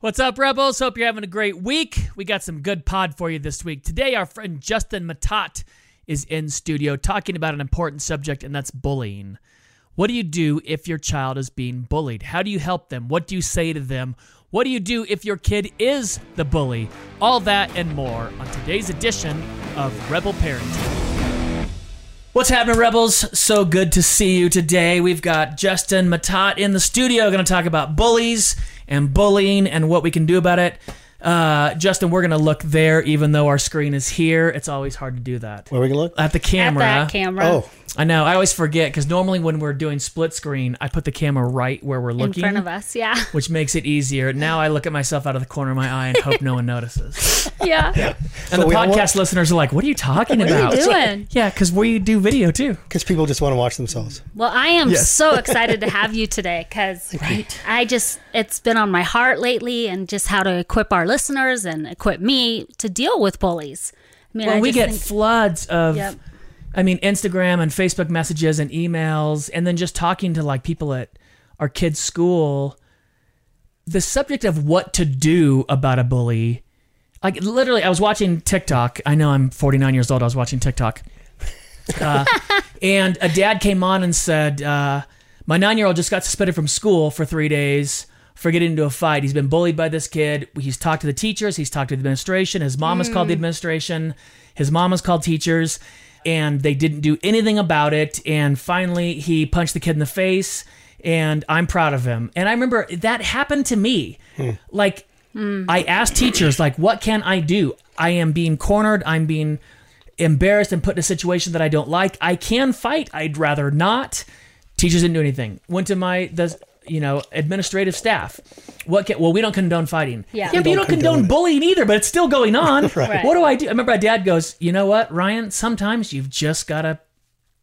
What's up, Rebels? Hope you're having a great week. We got some good pod for you this week. Today, our friend Justin Matat is in studio talking about an important subject, and that's bullying. What do you do if your child is being bullied? How do you help them? What do you say to them? What do you do if your kid is the bully? All that and more on today's edition of Rebel Parenting. What's happening, Rebels? So good to see you today. We've got Justin Matat in the studio, going to talk about bullies and bullying and what we can do about it. Uh, Justin, we're going to look there, even though our screen is here. It's always hard to do that. Where we can look? At the At camera. that camera. Oh, I know. I always forget because normally when we're doing split screen, I put the camera right where we're In looking, front of us, yeah, which makes it easier. Now I look at myself out of the corner of my eye and hope no one notices. yeah. And So the we all- podcast listeners are like, "What are you talking about?" What are you doing? Yeah, because we do video too. because people just want to watch themselves. Well, I am Yes. so excited to have you today because I just, it's been on my heart lately and just how to equip our listeners and equip me to deal with bullies. I mean, Well, I we just get think- floods of, Yep. I mean, Instagram and Facebook messages and emails, and then just talking to like people at our kids' school. The subject of what to do about a bully, like literally, I was watching TikTok. I know I'm 49 years old. I was watching TikTok, Uh, and a dad came on and said, uh, "My nine-year-old just got suspended from school for three days." For getting into a fight, he's been bullied by this kid. He's talked to the teachers. He's talked to the administration. His mom has called the administration. His mom has called teachers and they didn't do anything about it. And finally, he punched the kid in the face, and I'm proud of him. And I remember that happened to me. Like, I asked teachers, like, what can I do? I am being cornered. I'm being embarrassed and put in a situation that I don't like. I can fight. I'd rather not. Teachers didn't do anything. Went to my the you know administrative staff. What can, well we don't condone fighting. Yeah. yeah but you don't condone, condone it. bullying either. But it's still going on. Right. What do I do? I remember my dad goes, you know what, Ryan? Sometimes you've just gotta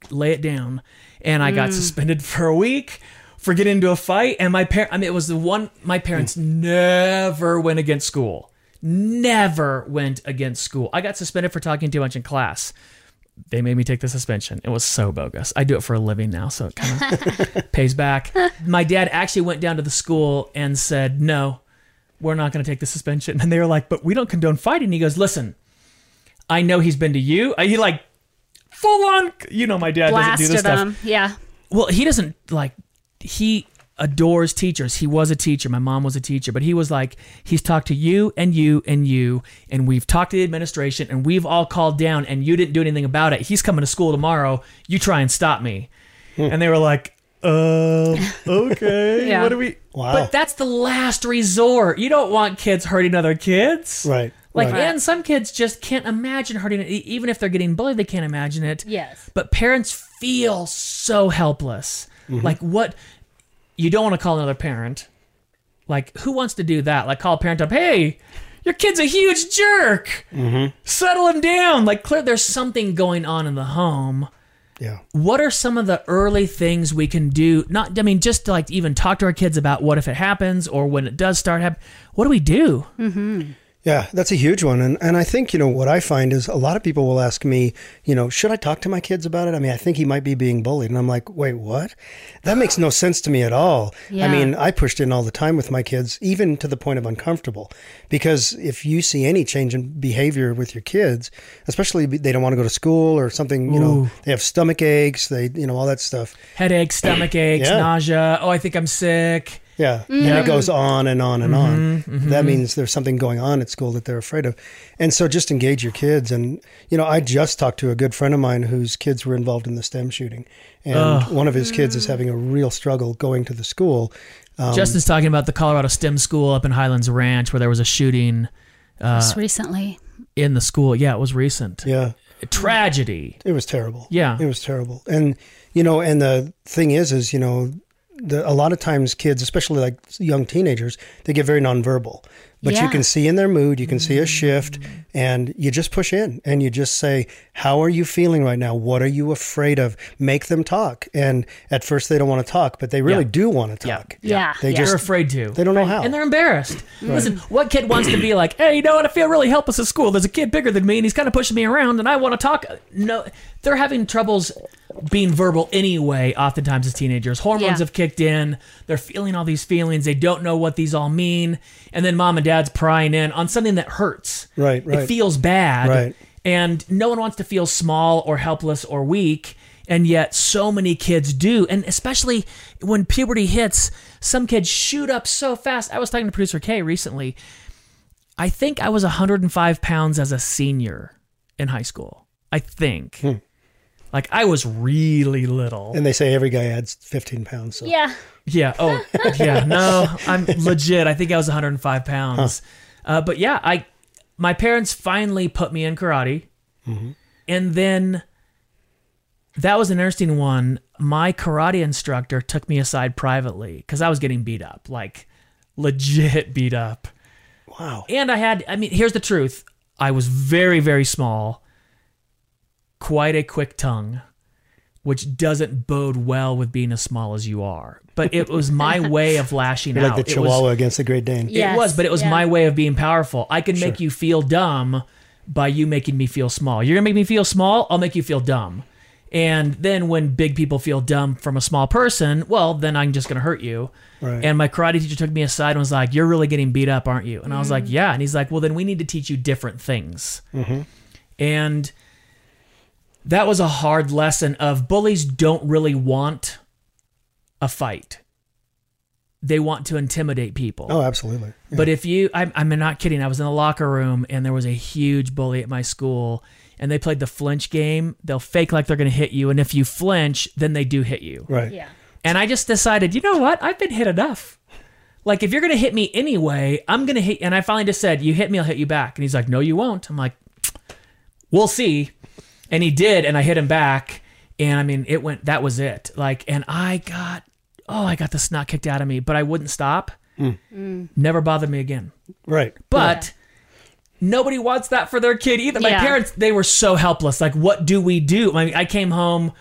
lay it down. And I got suspended for a week for getting into a fight. And my parent, I mean, it was the one, my parents never went against school. Never went against school. I got suspended for talking too much in class. They made me take the suspension. It was so bogus. I do it for a living now, so it kind of pays back. My dad actually went down to the school and said, No, we're not going to take the suspension. And they were like, But we don't condone fighting. He goes, Listen, I know he's been to you. Uh, He like full on, you know, my dad doesn't do this blasted stuff. them. Yeah. Well, he doesn't like he adores teachers. He was a teacher. My mom was a teacher, but he was like he's talked to you and you and you and we've talked to the administration and we've all called down and you didn't do anything about it. He's coming to school tomorrow. You try and stop me. And they were like, "Uh, okay. Yeah. What do we Wow. But that's the last resort. You don't want kids hurting other kids. Right. Like, right. and some kids just can't imagine hurting it. E- Even if they're getting bullied, they can't imagine it. Yes. But parents feel so helpless. Like, what? You don't want to call another parent. Like, who wants to do that? Like, call a parent up, hey, your kid's a huge jerk. Settle him down. Like, clear, there's something going on in the home yeah. what are some of the early things we can do not i mean just to like even talk to our kids about what if it happens or when it does start happening what do we do Yeah, that's a huge one. And and I think, you know, what I find is a lot of people will ask me, you know, should I talk to my kids about it? I mean, I think he might be being bullied. And I'm like, wait, what? That makes no sense to me at all. I Yeah. mean, I pushed in all the time with my kids, even to the point of uncomfortable. Because if you see any change in behavior with your kids, especially if they don't want to go to school or something, you know, they have stomach aches, they, you know, all that stuff. headaches stomach aches Yeah. nausea oh i think i'm sick Yeah. And it goes on and on and on. That means there's something going on at school that they're afraid of. And so just engage your kids. And, you know, I just talked to a good friend of mine whose kids were involved in the STEM shooting. And one of his kids is having a real struggle going to the school. Um, justin's talking about the colorado stem school up in highlands ranch where there was a shooting Uh, just recently. in the school yeah it was recent Yeah. tragedy It was terrible. Yeah. It was terrible. And, you know, and the thing is, is, you know, the, a lot of times kids, especially like young teenagers, they get very nonverbal. But you Yeah. can see in their mood, you can see a shift, and you just push in and you just say, How are you feeling right now? What are you afraid of? Make them talk. And at first, they don't want to talk, but they really Yeah. do want to talk. Yeah. They yeah. They're just- afraid to. They don't know how. and they're embarrassed. Listen, what kid wants to be like, hey, you know what? I feel really helpless at school. There's a kid bigger than me, and he's kind of pushing me around, and I want to talk. No, they're having troubles being verbal anyway, oftentimes as teenagers. Hormones Yeah. have kicked in. They're feeling all these feelings. They don't know what these all mean. And then mom and dad's prying in on something that hurts. Right, It right. feels bad. Right. And no one wants to feel small or helpless or weak. And yet, so many kids do. And especially when puberty hits, some kids shoot up so fast. I was talking to producer Kay recently. I think I was 105 pounds as a senior in high school. I think. Like, I was really little. And they say every guy adds 15 pounds. So. Yeah. Yeah. Oh, yeah. No, I'm legit. I think I was 105 pounds. Uh, but yeah, I my parents finally put me in karate, and then that was an interesting one. My karate instructor took me aside privately because I was getting beat up, like legit beat up. Wow. And I had, I mean, here's the truth I was very, very small, quite a quick tongue, which doesn't bode well with being as small as you are. But it was my way of lashing You're out. like the It was- Chihuahua against the Great Dane. Yeah. it was, but it was Yes, yeah. my way of being powerful. I can make you feel dumb by you making me feel small. You're gonna make me feel small. I'll make you feel dumb. And then when big people feel dumb from a small person, well, then I'm just gonna hurt you. Right. And my karate teacher took me aside and was like, "You're really getting beat up, aren't you?" And I was Mm. like, "Yeah." And he's like, "Well, then we need to teach you different things." Mm-hmm. And that was a hard lesson of bullies don't really want a fight. They want to intimidate people. Oh, absolutely. But if you, I'm, I'm not kidding. I was in the locker room and there was a huge bully at my school, and they played the flinch game. They'll fake like they're going to hit you, and if you flinch, then they do hit you. Right. Yeah. And I just decided, you know what? I've been hit enough. Like, if you're going to hit me anyway, I'm going to hit. And I finally just said, You hit me, I'll hit you back. And he's like, No, you won't. I'm like, We'll see. And he did. And I hit him back. And I mean, it went, that was it. Like, and I got, oh, I got the snot kicked out of me, but I wouldn't stop. Never bothered me again. Right. But nobody wants that for their kid either. My Yeah. parents, they were so helpless. Like, what do we do? I mean, I came home,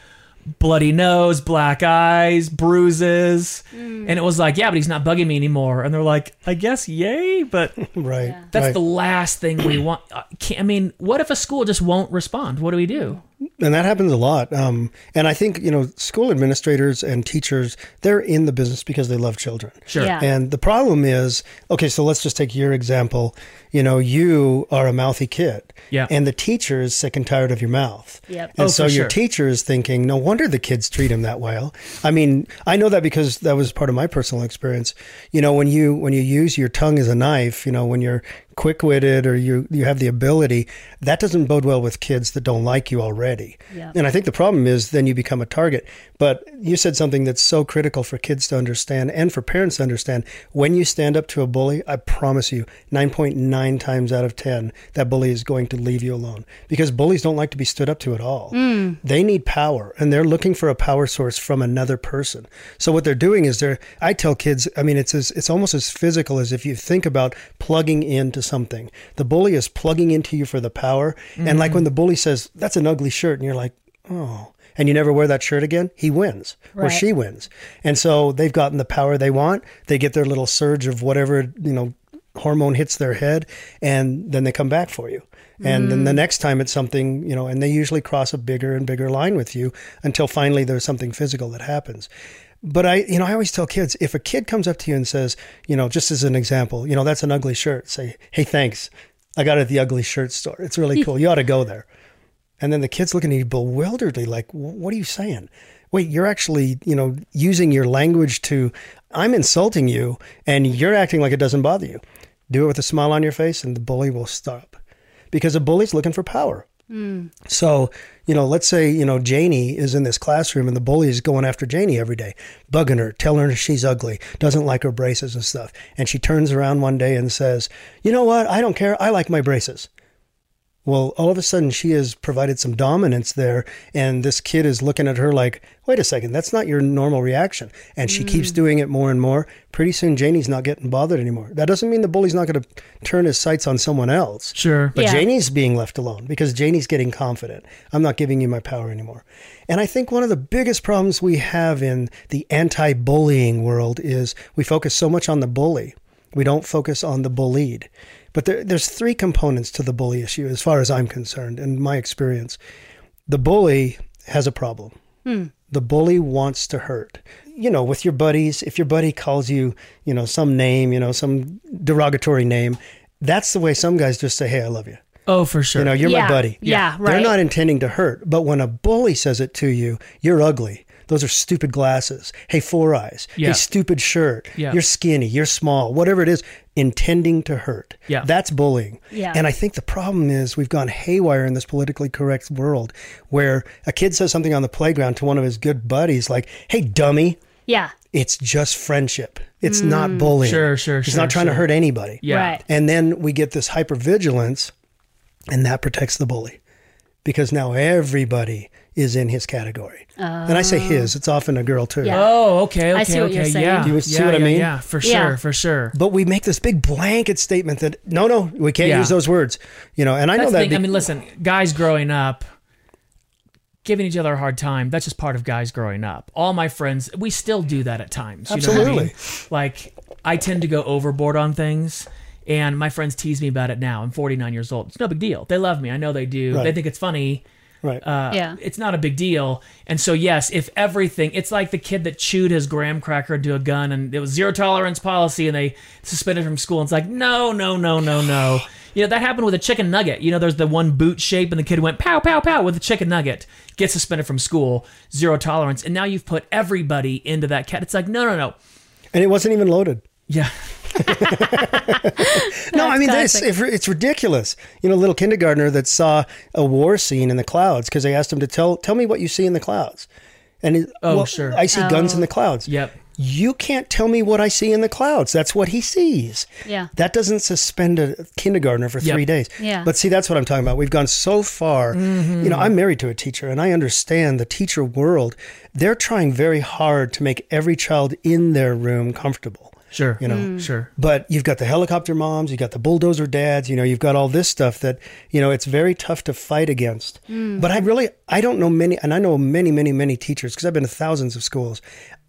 bloody nose, black eyes, bruises, Mm. and it was like, yeah, but he's not bugging me anymore. And they're like, I guess, yay, but Right. that's right. the last thing we want. I can't- I mean, what if a school just won't respond? What do we do? and that happens a lot. Um, and I think you know, school administrators and teachers, they're in the business because they love children. Sure. Yeah. And the problem is, okay, so let's just take your example. You know, you are a mouthy kid. Yeah. And the teacher is sick and tired of your mouth. Yep. And Oh, so for your sure. teacher is thinking, no wonder the kids treat him that well. I mean, I know that because that was part of my personal experience. You know, when you when you use your tongue as a knife, you know, when you're quick witted or you you have the ability, that doesn't bode well with kids that don't like you already. Yep. And I think the problem is then you become a target. But you said something that's so critical for kids to understand and for parents to understand. When you stand up to a bully, I promise you, 9.9 times out of 10, that bully is going to leave you alone because bullies don't like to be stood up to at all. They need power and they're looking for a power source from another person. So what they're doing is they're, I tell kids, I mean, it's as, it's almost as physical as if you think about plugging into something. The bully is plugging into you for the power. And like when the bully says, that's an ugly shirt, and you're like, oh, and you never wear that shirt again, he wins or Right. she wins. And so they've gotten the power they want. They get their little surge of whatever, you know, hormone hits their head and then they come back for you. And then the next time it's something, you know, and they usually cross a bigger and bigger line with you until finally there's something physical that happens. But I, you know, I always tell kids if a kid comes up to you and says, you know, just as an example, you know, that's an ugly shirt, say, hey, thanks. I got it at the ugly shirt store. It's really cool. You ought to go there. And then the kid's looking at you bewilderedly, like, "Wh- what are you saying? Wait, you're actually, you know, using your language to, I'm insulting you, and you're acting like it doesn't bother you. Do it with a smile on your face, and the bully will stop. Because a bully's looking for power. So, you know, let's say, you know, Janie is in this classroom and the bully is going after Janie every day, bugging her, telling her she's ugly, doesn't like her braces and stuff. And she turns around one day and says, you know what? I don't care. I like my braces. Well, all of a sudden she has provided some dominance there, and this kid is looking at her like, wait a second, that's not your normal reaction. And she keeps doing it more and more. Pretty soon, Janie's not getting bothered anymore. That doesn't mean the bully's not going to turn his sights on someone else. Sure. But Yeah. Janie's being left alone because Janie's getting confident. I'm not giving you my power anymore. And I think one of the biggest problems we have in the anti bullying world is we focus so much on the bully, we don't focus on the bullied. But there, there's three components to the bully issue, as far as I'm concerned, in my experience. The bully has a problem. The bully wants to hurt. You know, with your buddies, if your buddy calls you, you know, some name, you know, some derogatory name, that's the way some guys just say, hey, I love you. Oh, for sure. You know, you're my Yeah. buddy. Yeah, They're right. not intending to hurt, but when a bully says it to you, you're ugly. Those are stupid glasses. Hey, four eyes. Yeah. Hey, stupid shirt. Yeah. You're skinny. You're small. Whatever it is, intending to hurt. Yeah. That's bullying. Yeah. And I think the problem is we've gone haywire in this politically correct world where a kid says something on the playground to one of his good buddies like, hey, dummy, Yeah. it's just friendship. It's not bullying. Mm. Sure, sure, He's sure, not trying to sure. hurt anybody. yeah. Right. And then we get this hypervigilance, and that protects the bully because now everybody is in his category. and I say his, it's often a girl too. Yeah. Oh, okay, okay, I see what okay. you're saying. Yeah. Do you see yeah, what I yeah, mean? Yeah, for Yeah. sure, for sure. But we make this big blanket statement that no, no, we can't Yeah. use those words. You know, and I know That's the that. thing. be- I mean, listen, guys growing up, giving each other a hard time, that's just part of guys growing up. All my friends, we still do that at times. You Know what I Absolutely. mean? Like, I tend to go overboard on things. And my friends tease me about it now. I'm 49 years old. It's no big deal. They love me. I know they do. Right. They think it's funny. right. Uh, Yeah. It's not a big deal. And so, yes, if everything, it's like the kid that chewed his graham cracker into a gun and it was zero tolerance policy and they suspended him from school. And it's like, no, no, no, no, no. You know, that happened with a chicken nugget. You know, there's the one boot shape and the kid went pow, pow, pow with a chicken nugget, gets suspended from school, zero tolerance. And now you've put everybody into that cat. It's like, no, no, no. and it wasn't even loaded. Yeah. No, I mean That's this. If, it's ridiculous. You know, little kindergartner that saw a war scene in the clouds because they asked him to tell tell me what you see in the clouds, and he, Oh, well, sure. I see guns Oh. in the clouds. Yep. You can't tell me what I see in the clouds. That's what he sees. Yeah. That doesn't suspend a kindergartner for Yep. three days. Yeah. But see, that's what I'm talking about. We've gone so far. Mm-hmm. You know, I'm married to a teacher and I understand the teacher world. They're trying very hard to make every child in their room comfortable. Sure. You know, Mm-hmm. sure. But you've got the helicopter moms, you've got the bulldozer dads, you know, you've got all this stuff that, you know, it's very tough to fight against. Mm. But I really, I don't know many, and I know many, many, many teachers because I've been to thousands of schools.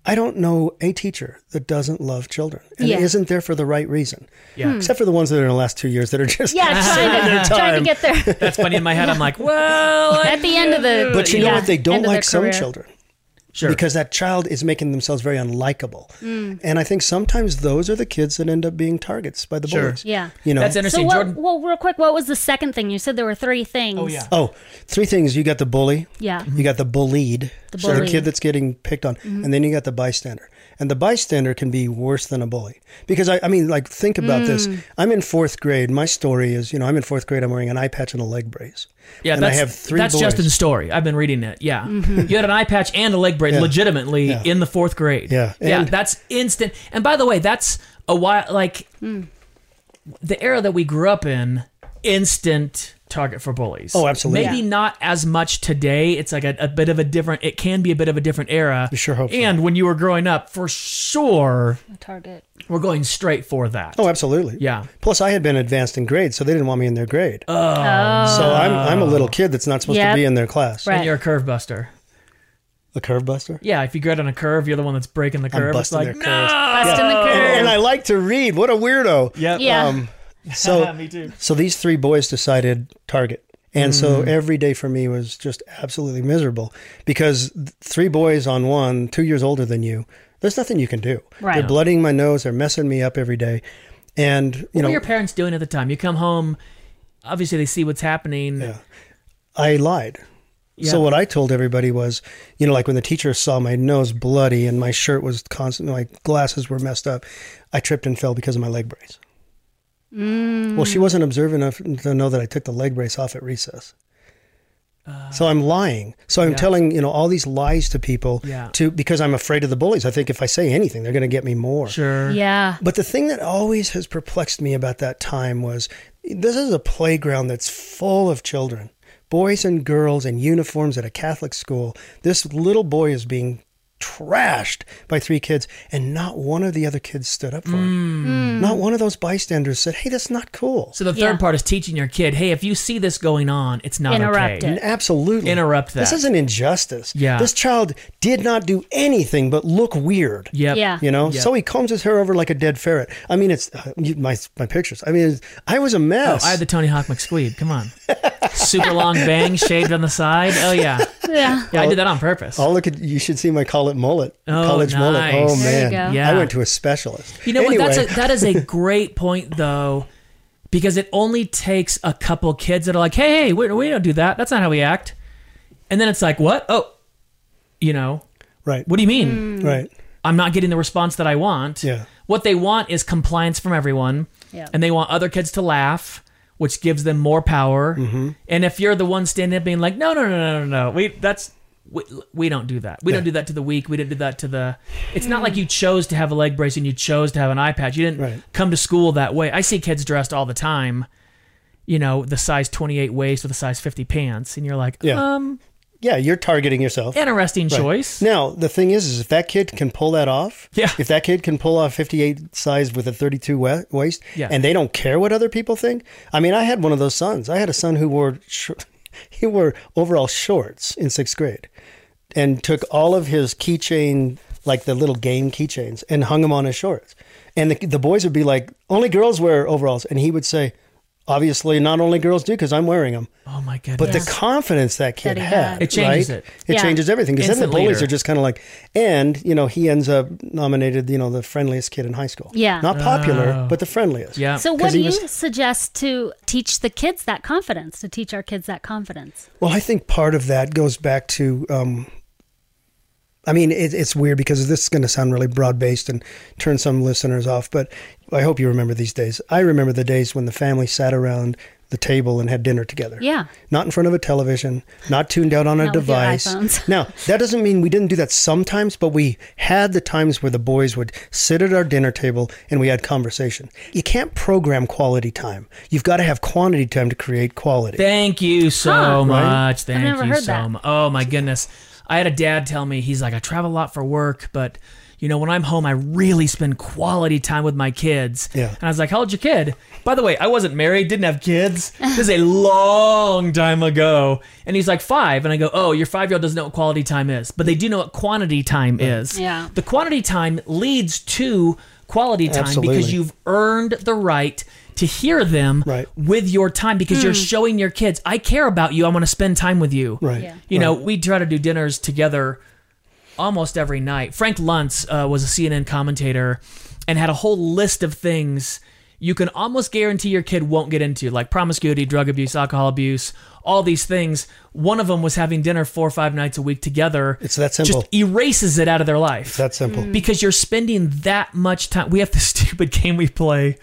I don't know a teacher that doesn't love children and Yeah. Hmm. isn't there for the right reason. Yeah. Except for the ones that are in the last two years that are just Yeah, trying to, trying to get there. That's funny. In my head, I'm like, well, I- At the end of the But you know yeah, what? They end don't of their like some career. children. sure. Because that child is making themselves very unlikable. Hmm. And I think sometimes those are the kids that end up being targets by the Sure. bullies. Yeah. You know, That's So interesting. what, Jordan. well, real quick, what was the second thing? You said there were three things. Oh, yeah. Oh, three things. You got the bully. Yeah. You got the bullied. The so the bullied. kid that's getting picked on. And then you got the bystander. And the bystander can be worse than a bully. Because I, I mean, like, think about this. I'm in fourth grade. My story is, you know, I'm in fourth grade. I'm wearing an eye patch and a leg brace. Yeah, and that's, I have three That's boys. Justin's story. I've been reading it. Yeah, you had an eye patch and a leg brace, legitimately Yeah. in the fourth grade. Yeah. yeah, And- that's instant. And by the way, that's a while. Like the era that we grew up in, instant target for bullies. Oh, absolutely. Maybe not as much today. It's like a, a bit of a different. It can be a bit of a different era. sure hope so. And when you were growing up, for sure, Target. we're going straight for that. Oh, absolutely. Yeah. Plus, I had been advanced in grade, so they didn't want me in their grade. Oh. So I'm, I'm a little kid that's not supposed Yep. to be in their class. Right. And you're a curve buster. A curve buster? Yeah, if you grade on a curve, you're the one that's breaking the curve. busting it's their like, curves. no! Bust in the curve. And I like to read. What a weirdo. Yep. Yeah. Um, So Me too. So these three boys decided Target. And Mm. so every day for me was just absolutely miserable because th- three boys on one, two years older than you, there's nothing you can do. Right. They're blooding my nose. They're messing me up every day. And, you what know, were your parents doing at the time? You come home, obviously they see what's happening. Yeah. I lied. So what I told everybody was, you know, like when the teacher saw my nose bloody and my shirt was constant, my glasses were messed up, I tripped and fell because of my leg brace. Mm. Well, she wasn't observant enough to know that I took the leg brace off at recess. so I'm lying. So I'm Yeah. telling you know all these lies to people Yeah. to because I'm afraid of the bullies. I think if I say anything, they're going to get me more. Sure. Yeah. But the thing that always has perplexed me about that time was this is a playground that's full of children, boys and girls in uniforms at a Catholic school. This little boy is being trashed by three kids, and not one of the other kids stood up for him. Not one of those bystanders said, Hey, that's not cool. So the third Yeah. part is teaching your kid, hey, if you see this going on, it's not Interrupt okay. it. Absolutely. Interrupt This that. is an injustice. Yeah. This child did not do anything but look weird. Yep. Yeah. You know, Yeah. so he combs his hair over like a dead ferret. I mean, it's uh, you- my my pictures. I mean, it's, I was a Oh, mess. I had the Tony Hawk McSqueed. Come on. Super long bang shaved on the side. Oh yeah. Yeah. Yeah, I did that on purpose. will Oh, look at you should see my college mullet. Oh, college mullet. nice. Oh There you man, go. Yeah. I went to a specialist. You know anyway, what? That's a, that is a great point though, because it only takes a couple kids that are like, "Hey, hey, we, we don't do that. That's not how we act," and then it's like, "What? Oh, you know, right, what do you Hmm. mean? right. I'm not getting the response that I want." Yeah. What they want is compliance from everyone, Yeah. and they want other kids to laugh. Which gives them more power, Mm-hmm. and if you're the one standing up being like, "No, no, no, no, no, no, we that's we, we don't do that. We don't Yeah. do that to the weak. We didn't do that to the. It's not like you chose to have a leg brace and you chose to have an eye patch. You didn't Right. come to school that way. I see kids dressed all the time, you know, the size 28 waist with a size 50 pants, and you're like, Yeah. um, Yeah, you're targeting yourself. interesting Right. choice. Now the thing is, is if that kid can pull that off, Yeah. If that kid can pull off 58 size with a 32 wa- waist, Yeah. and they don't care what other people think. I mean, I had one of those sons. I had a son who wore sh- he wore overall shorts in sixth grade, and took all of his keychain, like the little game keychains, and hung them on his shorts. And the, the boys would be like, "Only girls wear overalls," and he would say. Obviously, not only girls do because I'm wearing them, Oh my goodness! but the confidence that kid That he had, had. It changes right? it. Yeah. changes everything because then the Instant bullies leader. are just kind of like, and you know, he ends up nominated, you know, the friendliest kid in high school. Yeah. not popular, Oh. but the friendliest. yeah. So, Um, 'Cause what he do you was- suggest to teach the kids that confidence? To teach our kids that confidence? Well, I think part of that goes back to. Um, I mean, it, it's weird because this is going to sound really broad based and turn some listeners off, but I hope you remember these days. I remember the days when the family sat around the table and had dinner together. Yeah. Not in front of a television, not tuned out on a Not with your device. iPhones. now, that doesn't mean we didn't do that sometimes, but we had the times where the boys would sit at our dinner table and we had conversation. You can't program quality time. You've got to have quantity time to create quality. Thank you so Huh. much. Right? Thank never you heard so that. much. Oh my goodness. I had a dad tell me he's like I travel a lot for work, but you know when I'm home I really spend quality time with my kids. Yeah. And I was like, "How old's your kid?" By the way, I wasn't married, didn't have kids. This is a long time ago. And he's like, five. And I go, "Oh, your five year old doesn't know what quality time is, but they do know what quantity time is. Yeah. The quantity time leads to quality time because Absolutely. you've earned the right." To hear them Right. with your time because you're showing your kids, I care about you. I want to spend time with you. Right. Yeah. You know, we try to do dinners together almost every night. Frank Luntz uh, was a CNN commentator and had a whole list of things you can almost guarantee your kid won't get into, like promiscuity, drug abuse, alcohol abuse, all these things. One of them was having dinner four or five nights a week together. It's that simple. Just erases it out of their life That simple. because you're spending that much time. We have this stupid game we play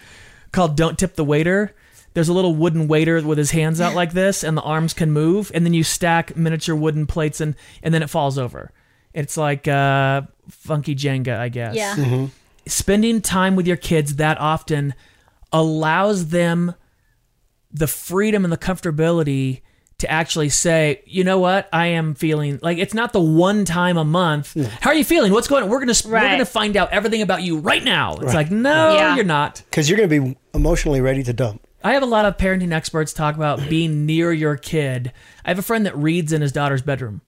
called Don't Tip the Waiter. There's a little wooden waiter with his hands out like this, and the arms can move, and then you stack miniature wooden plates, and and then it falls over. It's like uh, funky Jenga, I guess. Yeah. Spending time with your kids that often allows them the freedom and the comfortability to actually say, you know what, I am feeling like it's not the one time a month. How are you feeling? What's going on? We're gonna we're Right. gonna find out everything about you right now. It's like, no, Yeah. you're not. Because you're going to be emotionally ready to dump. I have a lot of parenting experts talk about being near your kid. I have a friend that reads in his daughter's bedroom.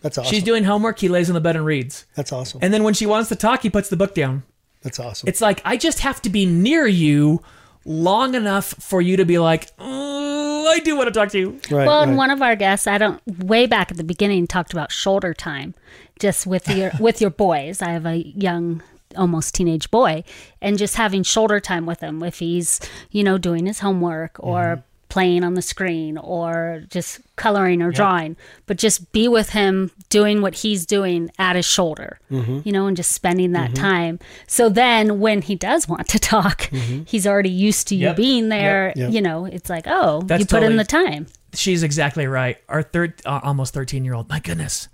That's awesome. She's doing homework, he lays on the bed and reads. That's awesome. And then when she wants to talk, he puts the book down. That's awesome. It's like I just have to be near you long enough for you to be like, oh, I do want to talk to you. right. well, right. and one of our guests, I don't way back at the beginning talked about shoulder time, just with your with your boys. I have a young, almost teenage boy, and just having shoulder time with him if he's you know doing his homework or Mm-hmm. playing on the screen or just coloring or drawing, but just be with him doing what he's doing at his shoulder, Mm-hmm. you know, and just spending that time. So then when he does want to talk, he's already used to you Yep. being there. Mm-hmm. Yep. You know, it's like, oh, That's you put in totally- the time. she's exactly right. Our third, uh, almost thirteen year old. My goodness,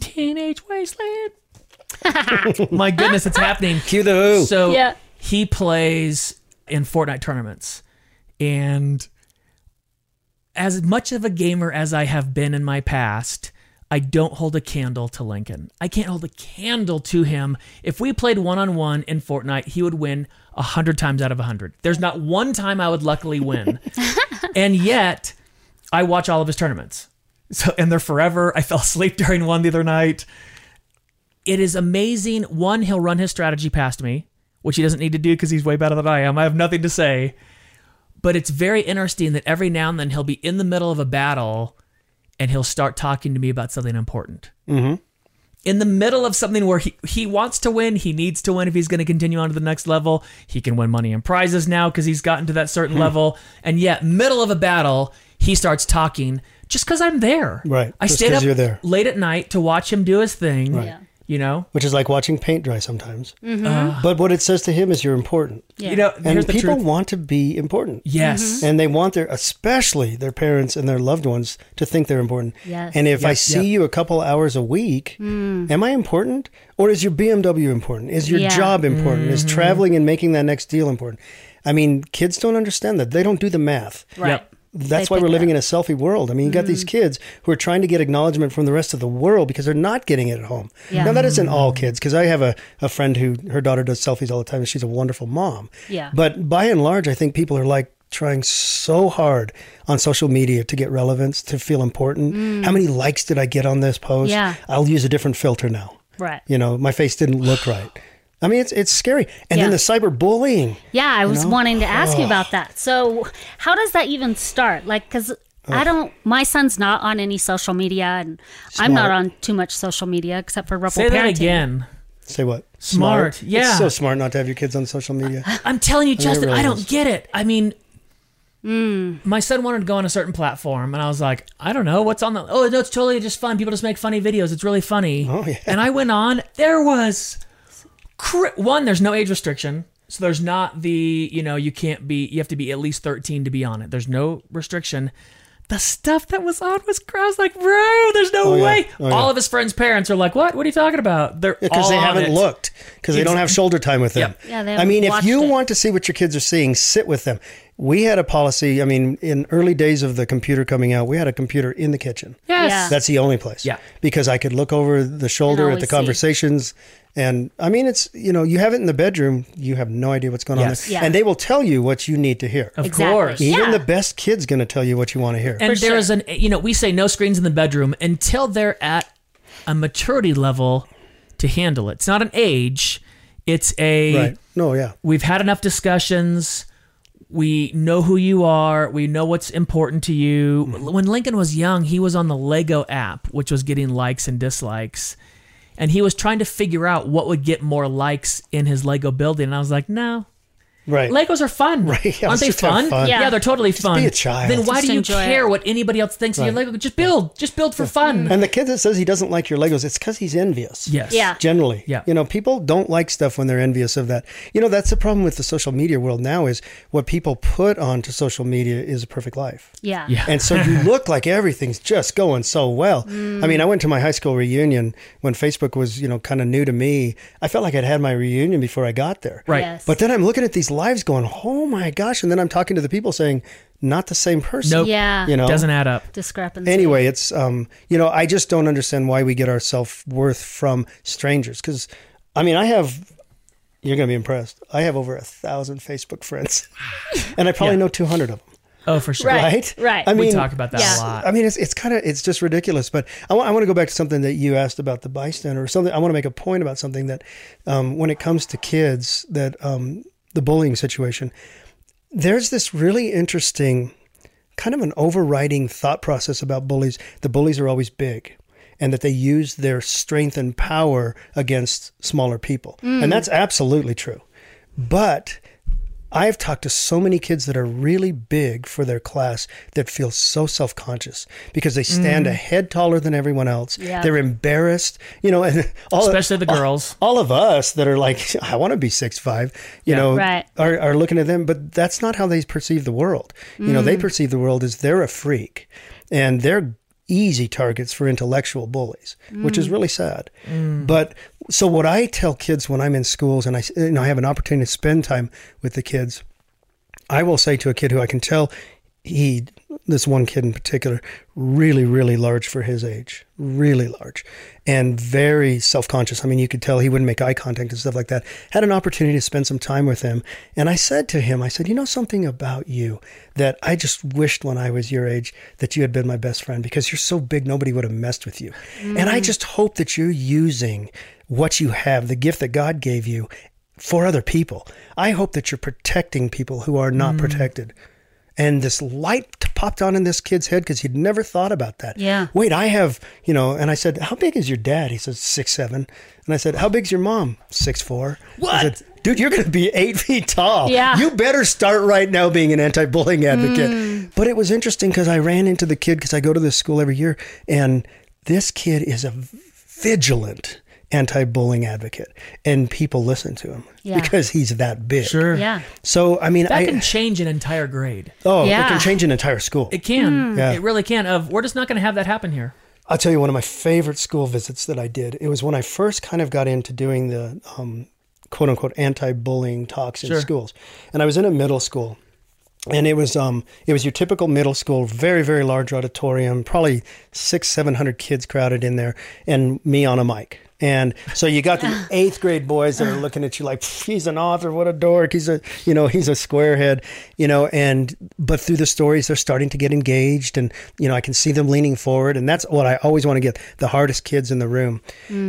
teenage wasteland. my goodness, it's happening. Cue the who. So Yeah. he plays in Fortnite tournaments. And as much of a gamer as I have been in my past, I don't hold a candle to Lincoln. I can't hold a candle to him. If we played one on one in Fortnite, he would win 100 times out of 100. There's not one time I would luckily win. and yet, I watch all of his tournaments. So, and they're forever. I fell asleep during one the other night it is amazing. One, he'll run his strategy past me, which he doesn't need to do because he's way better than I am. I have nothing to say. But it's very interesting that every now and then he'll be in the middle of a battle and he'll start talking to me about something important. Mm-hmm. In the middle of something where he, he wants to win, he needs to win if he's going to continue on to the next level. He can win money and prizes now because he's gotten to that certain Hmm. level. And yet, middle of a battle, he starts talking just because I'm there. Right. I Just stayed 'cause up you're there. late at night to watch him do his thing. Right. Yeah. You know? which is like watching paint dry sometimes. but what it says to him is you're important. Yeah. Mm-hmm. You know, Mm-hmm. here's And the people truth. want to be important. Yes. And they want their, especially their parents and their loved ones, to think they're important. Yes. Mm. And if I Yes, see yep. you a couple hours a week, am I important? Or is your BMW important? Is your Yeah. Mm-hmm. job important? Is traveling and making that next deal important? I mean, kids don't understand that. They don't do the math. Right. Yep. That's They why we're pick living up. Mm. in a selfie world. I mean, you got these kids who are trying to get acknowledgement from the rest of the world because they're not getting it at home. Yeah. Mm-hmm. Now, that isn't all kids because I have a, a friend who her daughter does selfies all the time and she's a wonderful mom. Yeah. But by and large, I think people are like trying so hard on social media to get relevance, to feel important. How many likes did I get on this post? Mm. Yeah. I'll use a different filter now. Right. You know, my face didn't look right. I mean, it's, it's scary. And then Yeah. the cyberbullying. Yeah, I was know? wanting to ask you Oh. about that. So, how does that even start? Like, because Oh. I don't, my son's not on any social media, and I'm not Smart. on too much social media except for Rebel Say Parenting. that again. Say what? Smart. Yeah. It's so smart not to have your kids on social media. I'm telling you, Justin, really I don't is. get it. I mean, my son wanted to go on a certain platform, and I was like, I don't know what's on the. Oh no, it's totally just fun. People just make funny videos. It's really funny. Oh, yeah. And I went on. There was cri- one. There's no age restriction, so there's not the you know you can't be you have to be at least 13 to be on it. There's no restriction. The stuff that was on was I was like, bro, there's no Oh, yeah. way. Oh, yeah. All of his friends' parents are like, what? What are you talking about? They're because all they on haven't it. looked because they don't have shoulder time with them. Yep. Yeah, they I mean, haven't if watched you it. want to see what your kids are seeing, sit with them. We had a policy. I mean, in early days of the computer coming out, we had a computer in the kitchen. Yes. Yeah. That's the only place. Yeah. Because I could look over the shoulder at always the see. conversations. And I mean, it's, you know, you have it in the bedroom, you have no idea what's going Yes. on there. Yeah. And they will tell you what you need to hear. Of Exactly. course. Yeah. Even the best kid's going to tell you what you want to hear. and For there is sure. an you know we say no screens in the bedroom until they're at a maturity level to handle it it's not an age it's a right. No, yeah. we've had enough discussions we know who you are we know what's important to you when lincoln was young he was on the lego app which was getting likes and dislikes and he was trying to figure out what would get more likes in his lego building and i was like no Right. Legos are fun. Right, yeah, Aren't they just have fun? fun. Yeah. Yeah. they're totally fun. be a child. Then why Just do you enjoy care it. what anybody else thinks of your Right. Mm. Lego? Just build. Just build for fun. and the kid that says he doesn't like your Legos, it's because he's envious. yes. Yeah. generally Yeah. you know people don't like stuff when they're envious of that you know that's the problem with the social media world now is what people put onto social media is a perfect life Yeah. Yeah. and so you look like everything's just going so well Mm. i mean i went to my high school reunion when facebook was you know kind of new to me i felt like i'd had my reunion before i got there Right. Yes. but then i'm looking at these lives going oh my gosh and then i'm talking to the people saying not the same person Nope. yeah. you know Doesn't add up. discrepancy. anyway it's um you know i just don't understand why we get our self-worth from strangers because i mean i have you're gonna be impressed i have over a thousand facebook friends and i probably know 200 of them Oh, for sure. Right. right right. i We mean We talk about that Yeah. a lot. I mean, it's, it's kind of it's just ridiculous. But I want to go back to something that you asked about the bystander or something. I want to make a point about something that um, when it comes to kids, that um, the bullying situation, there's this really interesting kind of an overriding thought process about bullies. The bullies are always big. And that they use their strength and Mm. power against smaller people. And that's absolutely true. But I've talked to so many kids that are really big for their class that feel so self conscious because they stand Mm. a head taller than everyone else. Yeah. They're embarrassed, you know, and all Especially the all- girls. All, of us that are like, I want to be six five, you know, Right. are, are looking at them, but that's not how they perceive the world. You know, they perceive the world as they're a freak and they're easy targets for intellectual bullies, which is really sad. But so what I tell kids when I'm in schools and I, s- you know, I have an opportunity to spend time with the kids, I will say to a kid who I can tell he this one kid in particular really really large for his age really large and very self-conscious i mean you could tell he wouldn't make eye contact and stuff like that had an opportunity to spend some time with him and i said to him i said you know something about you that i just wished when i was your age that you had been my best friend because you're so big nobody would have messed with you and i just hope that you're using what you have the gift that god gave you for other people i hope that you're protecting people who are Mm. not protected and this light t- popped on in this kid's head because he'd never thought about that. Yeah. Wait, I have, you know, and I said, How big is your dad? He says, six seven. And I said, How big's your mom? Six four. What? Said, Dude, you're gonna be eight feet tall. Yeah. You better start right now being an anti bullying advocate. But it was interesting because I ran into the kid because I go to this school every year, and this kid is a vigilant anti bullying advocate. And people listen to him Yeah. because he's that big. Sure. Yeah. So I mean That I can change an entire grade. Oh, it Yeah. can change an entire school. It can. Yeah. It really can. Of we're just not going to have that happen here. I'll tell you one of my favorite school visits that I did. It was when I first kind of got into doing the um, quote unquote anti bullying talks in Sure. schools. And I was in a middle school. And it was um it was your typical middle school, very very large auditorium, probably six seven hundred kids crowded in there, and me on a mic. And so you got the eighth grade boys that are looking at you like "Pff, he's an author, what a dork, he's a you know he's a squarehead, you know. And but through the stories, they're starting to get engaged, and you know I can see them leaning forward, and that's what I always want to get the hardest kids in the room.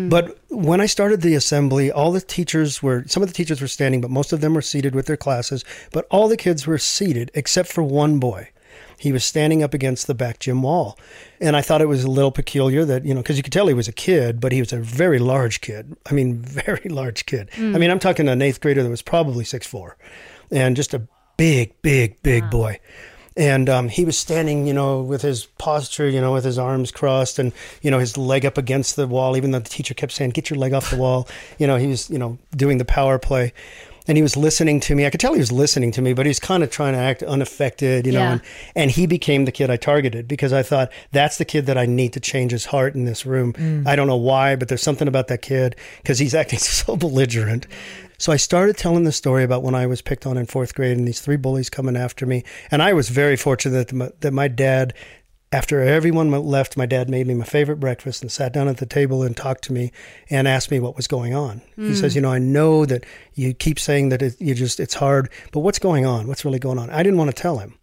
But when I started the assembly, all the teachers were some of the teachers were standing, but most of them were seated with their classes. But all the kids were seated except for one boy. He was standing up against the back gym wall. And I thought it was a little peculiar that, you know, because you could tell he was a kid, but he was a very large kid. I mean, very large kid. I mean, I'm talking an eighth grader that was probably six four, and just a big, big, big boy and um, he was standing, you know, with his posture, you know, with his arms crossed and, you know, his leg up against the wall, even though the teacher kept saying, get your leg off the wall. You know, he was, you know, doing the power play and he was listening to me. I could tell he was listening to me, but he's kind of trying to act unaffected, you know, Yeah. and, and he became the kid I targeted because I thought that's the kid that I need to change his heart in this room. I don't know why, but there's something about that kid because he's acting so belligerent. So I started telling the story about when I was picked on in fourth grade and these three bullies coming after me. And I was very fortunate that my, that my dad, after everyone left, my dad made me my favorite breakfast and sat down at the table and talked to me and asked me what was going on. He says, "You know, I know that you keep saying that it, you just it's hard, but what's going on? What's really going on?" I didn't want to tell him.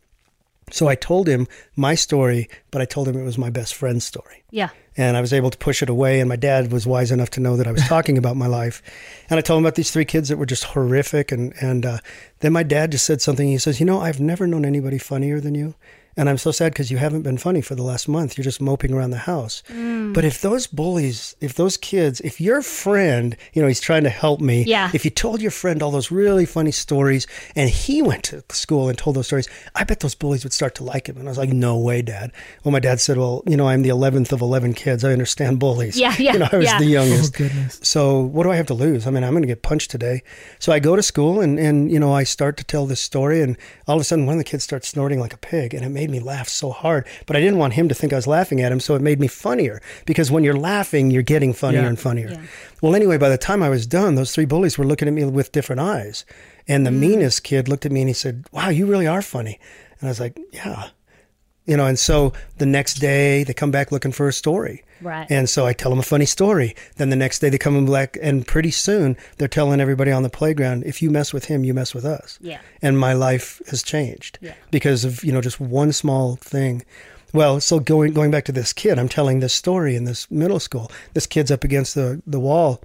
So I told him my story, but I told him it was my best friend's story. Yeah. And I was able to push it away. And my dad was wise enough to know that I was talking about my life. And I told him about these three kids that were just horrific. And, and uh, then my dad just said something. He says, You know, I've never known anybody funnier than you. And I'm so sad because you haven't been funny for the last month. You're just moping around the house. But if those bullies, if those kids, if your friend, you know, he's trying to help me. Yeah. If you told your friend all those really funny stories and he went to school and told those stories, I bet those bullies would start to like him. And I was like, no way, dad. Well, my dad said, well, you know, I'm the 11th of 11 kids. I understand bullies. Yeah, yeah, You know, I was yeah. the youngest. Oh, goodness. So what do I have to lose? I mean, I'm going to get punched today. So I go to school and, and, you know, I start to tell this story and all of a sudden one of the kids starts snorting like a pig and it made me laugh so hard, but I didn't want him to think I was laughing at him. So it made me funnier because when you're laughing, you're getting funnier Yeah. and funnier. Well, anyway, by the time I was done, those three bullies were looking at me with different eyes. And the meanest kid looked at me and he said, wow, you really are funny. And I was like, yeah you know and so the next day they come back looking for a story Right. and so i tell them a funny story then the next day they come back and pretty soon they're telling everybody on the playground if you mess with him you mess with us Yeah. and my life has changed Yeah. because of you know just one small thing well so going going back to this kid i'm telling this story in this middle school this kid's up against the the wall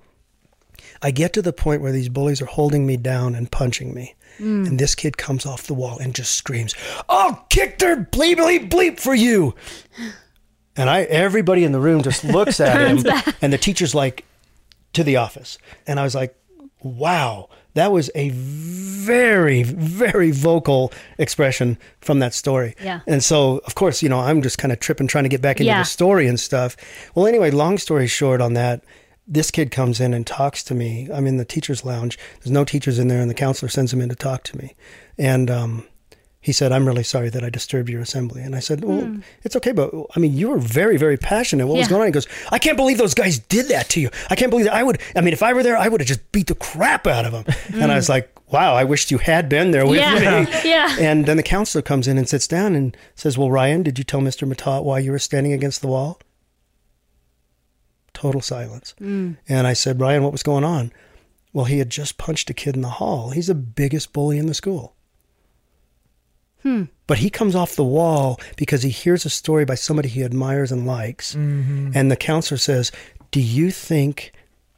I get to the point where these bullies are holding me down and punching me. And this kid comes off the wall and just screams, I'll kick their bleepily bleep for you. And I everybody in the room just looks at him. And the teacher's like, to the office. And I was like, wow, That was a very, very vocal expression from that story. Yeah. And so, of course, you know, I'm just kind of tripping, trying to get back into Yeah. the story and stuff. Well, anyway, long story short on that, this kid comes in and talks to me. I'm in the teacher's lounge. There's no teachers in there, and the counselor sends him in to talk to me. And um, he said, I'm really sorry that I disturbed your assembly. And I said, Well, it's okay, but I mean, you were very, very passionate. What was Hmm. Yeah. going on? He goes, I can't believe those guys did that to you. I can't believe that I would. I mean, if I were there, I would have just beat the crap out of them. Hmm. And I was like, Wow, I wished you had been there with Yeah. me. Yeah. And then the counselor comes in and sits down and says, Well, Ryan, did you tell Mr. Matat why you were standing against the wall? Total silence. Mm. And I said, Ryan, what was going on? Well, he had just punched a kid in the hall. He's the biggest bully in the school. Hmm. But he comes off the wall because he hears a story by somebody he admires and likes. And the counselor says, Do you think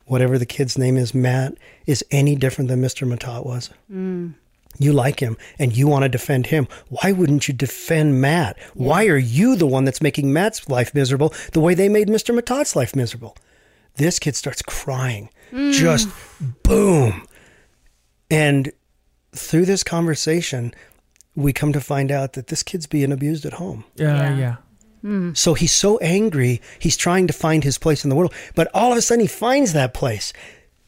whatever the kid's name is, Matt, is any different than Mr. Matat was? You like him and you want to defend him. Why wouldn't you defend Matt? Why are you the one that's making Matt's life miserable the way they made Mr. Matat's life miserable? This kid starts crying. Just boom. And through this conversation, we come to find out that this kid's being abused at home. yeah, Yeah. yeah. So he's so angry, he's trying to find his place in the world. But all of a sudden, he finds that place.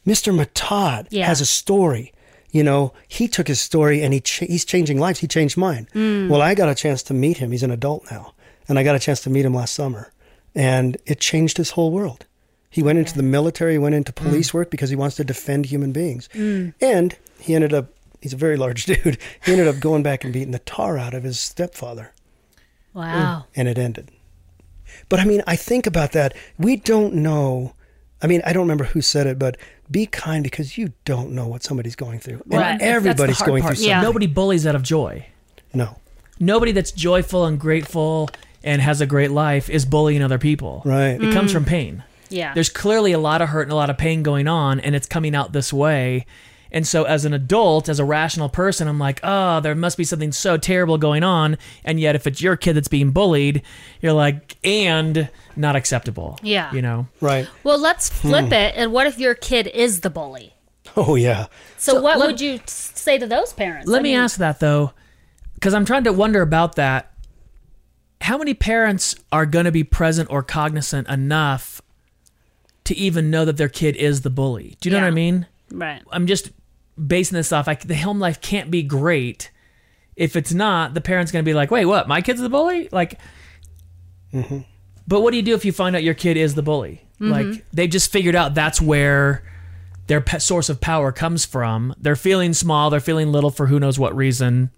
Mr. Matad Yeah. has a story. You know, he took his story and he ch- he's changing lives. He changed mine. Well, I got a chance to meet him. He's an adult now. And I got a chance to meet him last summer. And it changed his whole world. He went into the military, he went into police work because he wants to defend human beings. And he ended up, he's a very large dude. He ended up going back and beating the tar out of his stepfather Mm. Wow. and it ended. But I mean, I think about that. We don't know. I mean, I don't remember who said it, but be kind because you don't know what somebody's going through. And Right. That's the everybody's going through something. Yeah. Nobody bullies out of joy. No. Nobody that's joyful and grateful and has a great life is bullying other people. Right. It comes from pain. Yeah. There's clearly a lot of hurt and a lot of pain going on, and it's coming out this way. And so, as an adult, as a rational person, I'm like, oh, there must be something so terrible going on. And yet, if it's your kid that's being bullied, you're like, and not acceptable. Yeah. You know? Right. well, let's Hmm. flip it. And what if your kid is the bully? Oh, yeah. So, what let- would you s- say to those parents? Let I me mean, ask that though, because I'm trying to wonder about that. How many parents are going to be present or cognizant enough to even know that their kid is the bully? Do you know what I Yeah. mean? Right. I'm just basing this off. Like the home life can't be great if it's not. The parent's going to be like, "Wait, what? My kid's the bully?" Like, but what do you do if you find out your kid is the bully? Like they've just figured out that's where their pe- source of power comes from. They're feeling small. They're feeling little for who knows what reason.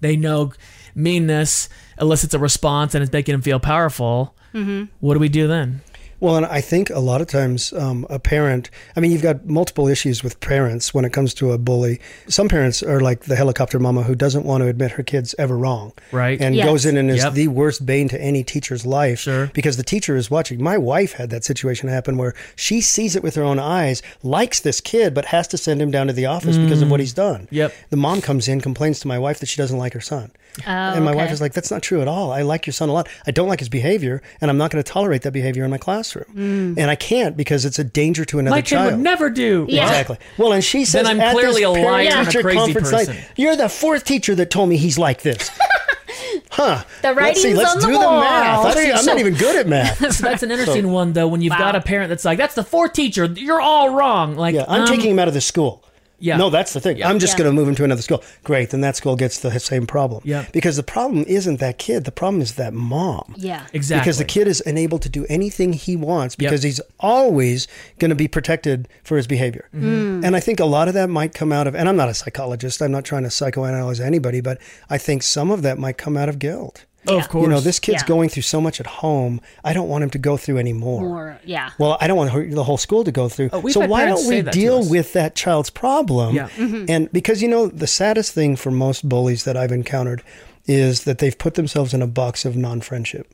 They know meanness elicits a response and it's making them feel powerful. What do we do then? Well, and I think a lot of times um, a parent, I mean, you've got multiple issues with parents when it comes to a bully. Some parents are like the helicopter mama who doesn't want to admit her kid's ever wrong. Right. And Yes. goes in and is Yep. the worst bane to any teacher's life Sure. because the teacher is watching. My wife had that situation happen where she sees it with her own eyes, likes this kid, but has to send him down to the office because of what he's done. Mm. Yep. The mom comes in, complains to my wife that she doesn't like her son. and my wife okay. is like, that's not true at all. I like your son a lot. I don't like his behavior, and I'm not going to tolerate that behavior in my classroom. Mm. And I can't because it's a danger to another My kid child. would never do. Yeah. Exactly. Well, and she says, I'm at this clearly a liar parent and a teacher crazy conference person. night, You're the fourth teacher that told me he's like this. Huh. The Let's see. writing's Let's on the do wall. the math. I don't- I'm not even good at math. So that's an interesting one though. When you've Wow. got a parent that's like, "That's the fourth teacher. You're all wrong." Like, Yeah, I'm um, taking him out of the school. Yeah. No, that's the thing. I'm just Yeah. going to move him to another school. Great. Then that school gets the same problem. Yeah. Because the problem isn't that kid. The problem is that mom. Yeah. exactly Because the kid is unable to do anything he wants because Yep. he's always going to be protected for his behavior. Mm-hmm. Mm. And I think a lot of that might come out of, and I'm not a psychologist, I'm not trying to psychoanalyze anybody, but I think some of that might come out of guilt. Oh, of course, You know, this kid's Yeah. going through so much at home. I don't want him to go through anymore. Or, yeah. Well, I don't want her- the whole school to go through. Oh, we've so had why parents don't we say that to deal us. with that child's problem? Yeah. And because you know the saddest thing for most bullies that I've encountered is that they've put themselves in a box of non-friendship.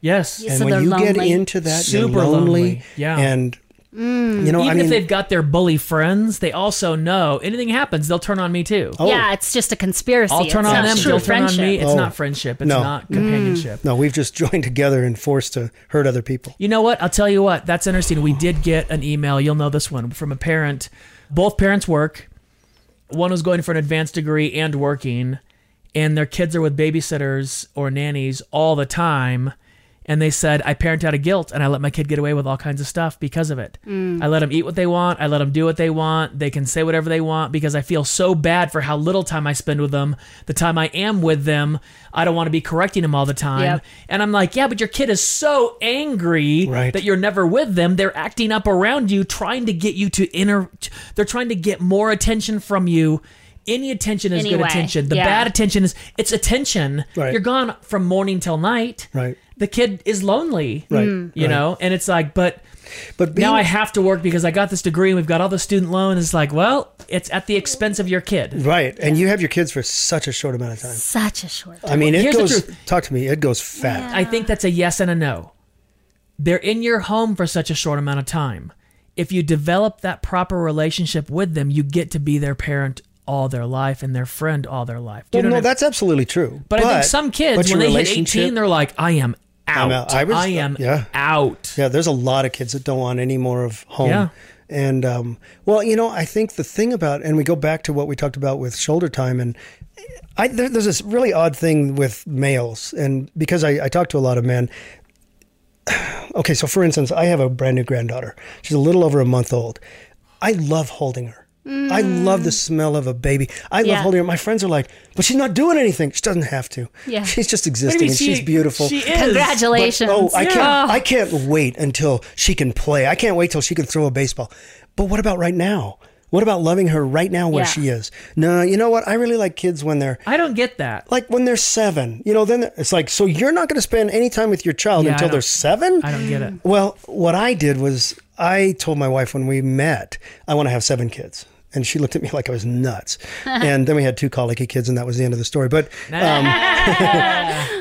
yes, Yeah, And so when they're you get lonely. into that, Super you're lonely, lonely. Yeah. And you know, even I mean, if they've got their bully friends, they also know anything happens, they'll turn on me too. oh, Yeah, it's just a conspiracy. I'll turn it's on not them. true They'll turn on friendship. Mm. me. It's Oh. not friendship. It's No. not companionship. no, we've just joined together and forced to hurt other people. You know what? I'll tell you what. That's interesting. We did get an email. You'll know this one from a parent. Both parents work. one was going for an advanced degree and working, and their kids are with babysitters or nannies all the time. And they said, I parent out of guilt and I let my kid get away with all kinds of stuff because of it. I let them eat what they want. I let them do what they want. They can say whatever they want because I feel so bad for how little time I spend with them. The time I am with them, I don't want to be correcting them all the time. Yep. And I'm like, yeah, but your kid is so angry Right. that you're never with them. They're acting up around you, trying to get you to inter. They're trying to get more attention from you. Any attention is good Anyway, attention. The yeah. bad attention is it's attention. Right. You're gone from morning till night. Right. The kid is lonely. Right. Mm. Mm. You know, and it's like, but But being, now I have to work because I got this degree and we've got all the student loan. It's like, well, it's at the expense of your kid. right, and you have your kids for such a short amount of time. Such a short I mean, it Here's the goes. truth. Talk to me. It goes fast. I think that's a yes and a no. They're in your home for such a short amount of time. If you develop that proper relationship with them, you get to be their parent all their life and their friend all their life. Do you Well, know no, what I- that's absolutely true. but, I think some but kids, your when they hit relationship- 18, they're like, I am out. I'm i out. I was- am yeah. out. Yeah, there's a lot of kids that don't want any more of home. Yeah. And um, well, you know, I think the thing about, and we go back to what we talked about with shoulder time, and I, there, there's this really odd thing with males, and because I, I talk to a lot of men. Okay, so for instance, I have a brand new granddaughter. She's a little over a month old. I love holding her. I Mm. love the smell of a baby. I love Yeah. holding her. My friends are like, but she's not doing anything. She doesn't have to. Yeah. She's just What do existing you mean and she- she's beautiful. She is. But- Congratulations. oh, I can't. Yeah. I can't wait until she can play. I can't wait till she can throw a baseball. But what about right now? What about loving her right now where Yeah. she is? No, you know what? I really like kids when they're I don't get that. like when they're seven. You know, then they're- it's like so you're not going to spend any time with your child Yeah, I until don't- they're seven. I don't get it. Well, what I did was I told my wife when we met, I want to have seven kids. And she looked at me like I was nuts. and then we had two colicky kids, and that was the end of the story. But um,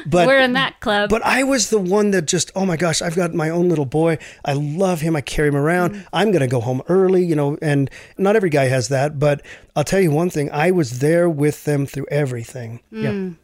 but We're in that club. but I was the one that just, oh my gosh, I've got my own little boy. I love him. I carry him around. I'm going to go home early, you know, and not every guy has that. But I'll tell you one thing I was there with them through everything. Mm-hmm. yeah.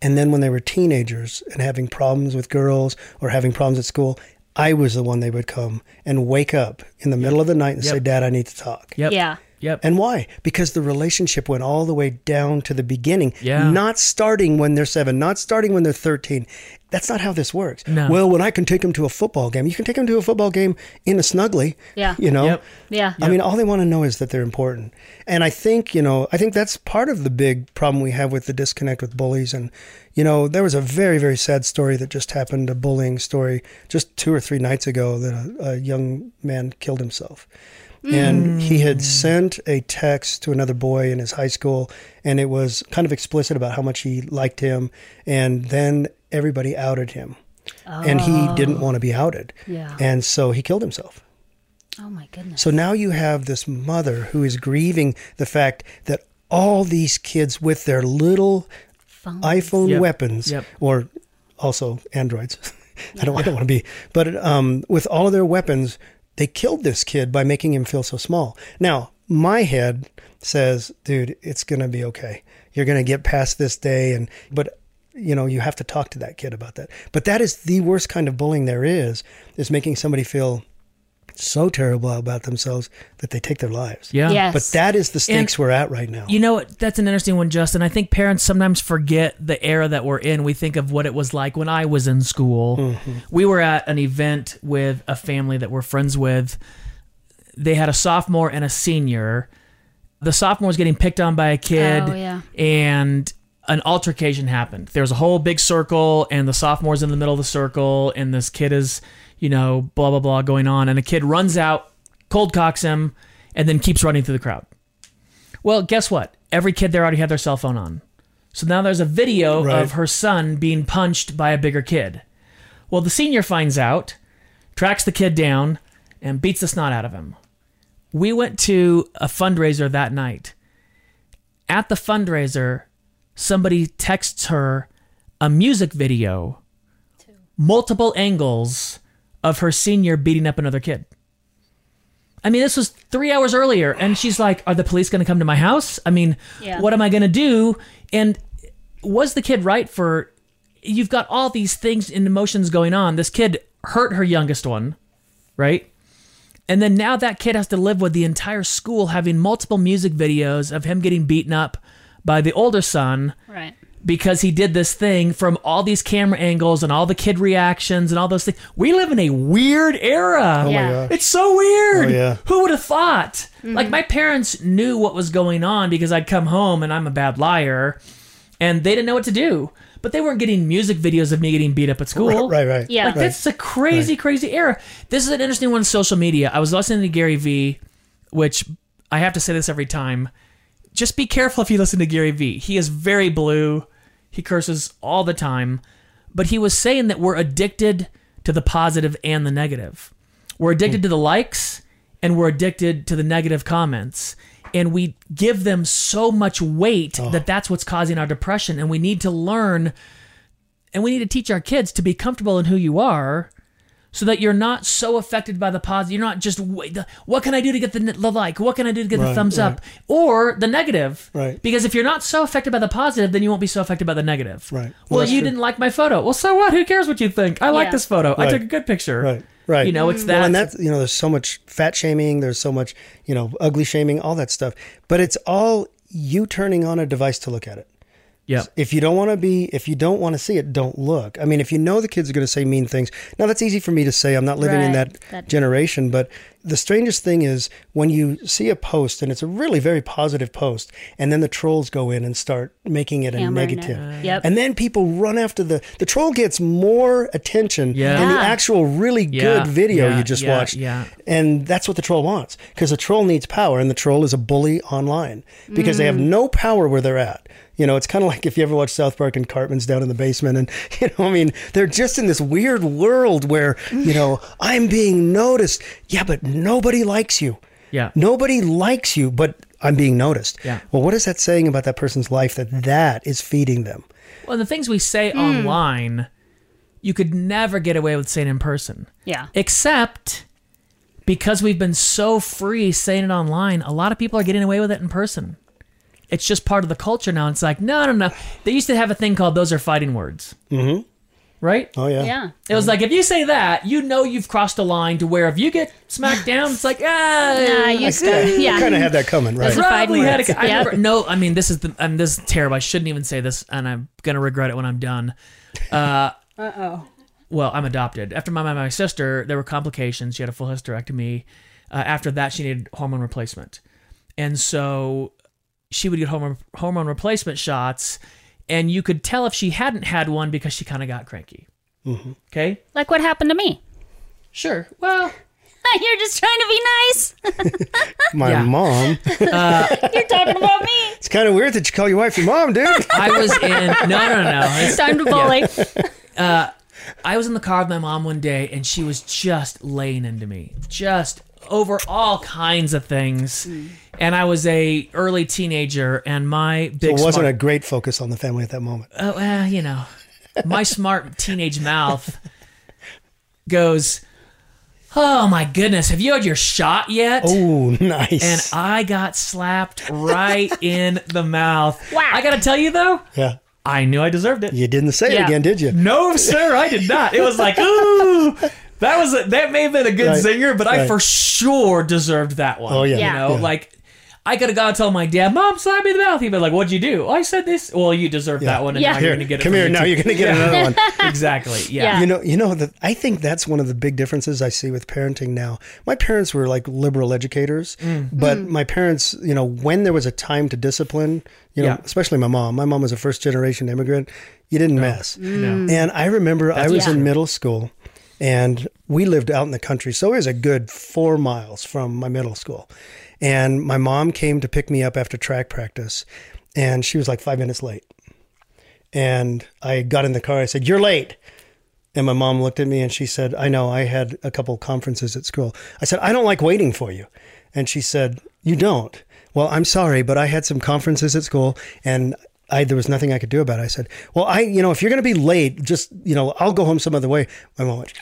And then when they were teenagers and having problems with girls or having problems at school, I was the one they would come and wake up in the middle of the night and say, Dad, I need to talk. Yep. Yeah. Yep. And why? Because the relationship went all the way down to the beginning. Yeah. Not starting when they're seven, not starting when they're 13. That's not how this works. No. Well, when I can take them to a football game, you can take them to a football game in a snuggly. Yeah. You know? Yep. Yeah. I mean, all they want to know is that they're important. And I think, you know, I think that's part of the big problem we have with the disconnect with bullies. And, you know, there was a very, very sad story that just happened a bullying story just two or three nights ago that a, a young man killed himself. And he had sent a text to another boy in his high school, and it was kind of explicit about how much he liked him. And then everybody outed him. And he didn't want to be outed. Yeah. And so he killed himself. Oh my goodness. So now you have this mother who is grieving the fact that all these kids with their little Phone. iPhone Yep. weapons, Yep. or also androids. I don't. I don't want to be. But um, with all of their weapons, they killed this kid by making him feel so small. Now my head says, "Dude, it's gonna be okay. You're gonna get past this day." And but you know you have to talk to that kid about that. But that is the worst kind of bullying there is. Is making somebody feel so terrible about themselves that they take their lives. Yeah. Yes. But that is the stakes we're at right now. You know what? That's an interesting one, Justin. I think parents sometimes forget the era that we're in. We think of what it was like when I was in school. We were at an event with a family that we're friends with. They had a sophomore and a senior. The sophomore was getting picked on by a kid, Oh, yeah. and an altercation happened. There was a whole big circle, and the sophomore's in the middle of the circle, and this kid is, you know, blah, blah, blah going on. And the kid runs out, cold cocks him, and then keeps running through the crowd. Well, guess what? Every kid there already had their cell phone on. So now there's a video Right. of her son being punched by a bigger kid. Well, the senior finds out, tracks the kid down, and beats the snot out of him. We went to a fundraiser that night. At the fundraiser, somebody texts her a music video, multiple angles of her senior beating up another kid. I mean, this was three hours earlier, and she's like, "Are the police going to come to my house? I mean, Yeah. what am I going to do?" And was the kid right for? You've got all these things and emotions going on. This kid hurt her youngest one, right? And then now that kid has to live with the entire school having multiple music videos of him getting beaten up by the older son Right. because he did this thing from all these camera angles and all the kid reactions and all those things. We live in a weird era. my Yeah. Oh gosh. It's so weird. Oh, yeah. Who would have thought? Like my parents knew what was going on because I'd come home and I'm a bad liar and they didn't know what to do. But they weren't getting music videos of me getting beat up at school. Right, right. Yeah. Like that's a crazy, crazy era. This is an interesting one. Social media. I was listening to Gary Vee, which I have to say this every time. Just be careful if you listen to Gary Vee. He is very blue. He curses all the time, but he was saying that we're addicted to the positive and the negative. We're addicted to the likes and we're addicted to the negative comments. And we give them so much weight that that's what's causing our depression. And we need to learn and we need to teach our kids to be comfortable in who you are so that you're not so affected by the positive you're not just "Wait, the- what can i do to get the, n- the like what can i do to get the Right, thumbs up or the negative Right. because if you're not so affected by the positive then you won't be so affected by the negative Right. well, Well, that's you true. didn't like my photo well so what who cares what you think i like Yeah. this photo i Right. took a good picture Right, right. you know it's that Well, and that's you know, there's so much fat shaming, there's so much you know, ugly shaming, all that stuff. But it's all you turning on a device to look at it. yeah If you don't want to be, if you don't want to see it, don't look. I mean, if you know the kids are going to say mean things, now that's easy for me to say. I'm not living in Right. that, That- generation. But the strangest thing is when you see a post and it's a really very positive post, and then the trolls go in and start making it a Hammering it. negative. Yep. And then people run after the the troll gets more attention Yeah. than the Yeah. actual really Yeah, good video yeah, you just yeah, watched. yeah. And that's what the troll wants because the troll needs power, and the troll is a bully online because they have Mm. no power where they're at. You know, it's kind of like if you ever watch South Park and Cartman's down in the basement, and you know, I mean, they're just in this weird world where you know I'm being noticed. Yeah, but nobody likes you. yeah Nobody likes you, but I'm being noticed. Yeah. Well, what is that saying about that person's life that that is feeding them? well the things we say online you could never get away with saying in person Yeah. Except because we've been so free saying it online, a lot of people are getting away with it in person. It's just part of the culture now. It's like, no, no, no. They used to have a thing called those are fighting words. Mm-hmm. Right? Oh yeah. yeah. It was like, if you say that, you know you've crossed a line to where if you get smacked down, it's like, ah. I used to. Uh, Yeah. Kind of had that coming, right? That's Probably Fighting had words. a, I Yep. never, no, I mean this is the um, this is terrible. I shouldn't even say this, and I'm gonna regret it when I'm done. Uh, well, I'm adopted. After my my, my sister, there were complications. She had a full hysterectomy. Uh, after that, she needed hormone replacement, and so she would get hormone hormone replacement shots. And you could tell if she hadn't had one because she kind of got cranky. Okay, Like what happened to me. sure. Well, You're just trying to be nice. My Yeah. mom. You're talking about me. It's kind of weird that you call your wife your mom, dude. I was in. No, no, no, no. It's- It's time to bully. I was in the car with my mom one day and she was just laying into me, just over all kinds of things. And I was a early teenager and my It big wasn't a smart, great focus on the family at that moment. oh, well, you know, my smart teenage mouth goes, "Oh my goodness, have you had your shot yet?" Ooh, nice. And I got slapped right in the mouth. Whack. I got to tell you though, yeah. I knew I deserved it. You didn't say it Yeah. again, did you? No, sir, I did not. It was like, ooh, that was a, that may have been a good Right, zinger, but I right. for sure deserved that one. Oh, yeah. you Yeah. know, Yeah. like I could have gone and told my dad, "Mom, slap me in the mouth." He'd be like, "What'd you do?" "Oh, I said this. Well, you deserve that one, and Yeah. now you're Here, gonna get it. come from here. me, Now too." you're going to get another one. exactly. Yeah. Yeah. You know, you know that I think that's one of the big differences I see with parenting now. My parents were like liberal educators, but my parents, you know, when there was a time to discipline, you know, Yeah. especially my mom. My mom was a first generation immigrant. You didn't mess. And I remember I was in middle school and we lived out in the country. So it was a good four miles from my middle school. And my mom came to pick me up after track practice and she was like five minutes late. And I got in the car. I said, You're late. And my mom looked at me and she said, I know, I had a couple conferences at school. I said, I don't like waiting for you. And she said, You don't. Well, I'm sorry, but I had some conferences at school and I, there was nothing I could do about it. I said, Well, I, you know, if you're going to be late, just, you know, I'll go home some other way. My mom went,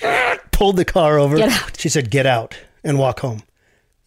pulled the car over. Get out. She said, Get out and walk home.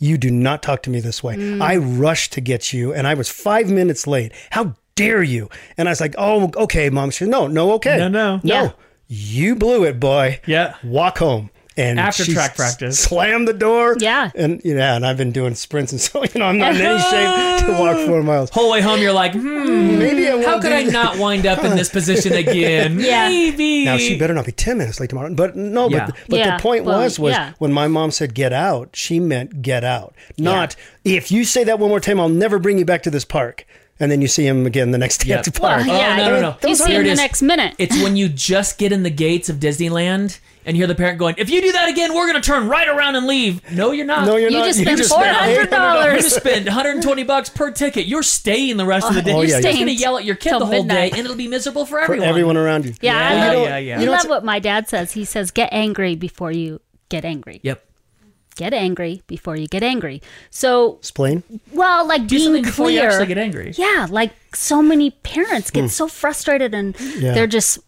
You do not talk to me this way. Mm. I rushed to get you and I was five minutes late. How dare you? And I was like, Oh, okay, mom. She said, No, no, okay. No, no. No. Yeah. You blew it, boy. Yeah. Walk home. and After she track s- practice. slammed the door. Yeah. and yeah, and I've been doing sprints, and so you know I'm not in any shape to walk four miles. Whole way home, you're like, hmm, Maybe I how won't could do I that. not wind up in this position again? Yeah. Maybe. Now she better not be ten minutes late tomorrow. But no, Yeah. but but Yeah, the point well, was was yeah. when my mom said get out, she meant get out, not if you say that one more time, I'll never bring you back to this park. And then you see him again the next day Yeah. at the Well, park. Oh, yeah, Oh, no, no, no. You Those aren't- see him Here it the is. next minute. It's when you just get in the gates of Disneyland and hear the parent going, "If you do that again, we're going to turn right around and leave." No, you're not. No, you're You not. just spent $400. You just spend 120 bucks per ticket. You're staying the rest of the day. Oh, you're yeah, yeah. going to yell at your kid Till the whole midnight. day, and it'll be miserable for For everyone. everyone around you. Yeah, I Yeah, love, yeah, yeah. I You know love what's- what my dad says. He says, "Get angry before you get angry. Yep. Get angry before you get angry." So, Explain. well, like Do something being before you clear. actually get angry. yeah, like so many parents Hmm. get so frustrated and they're just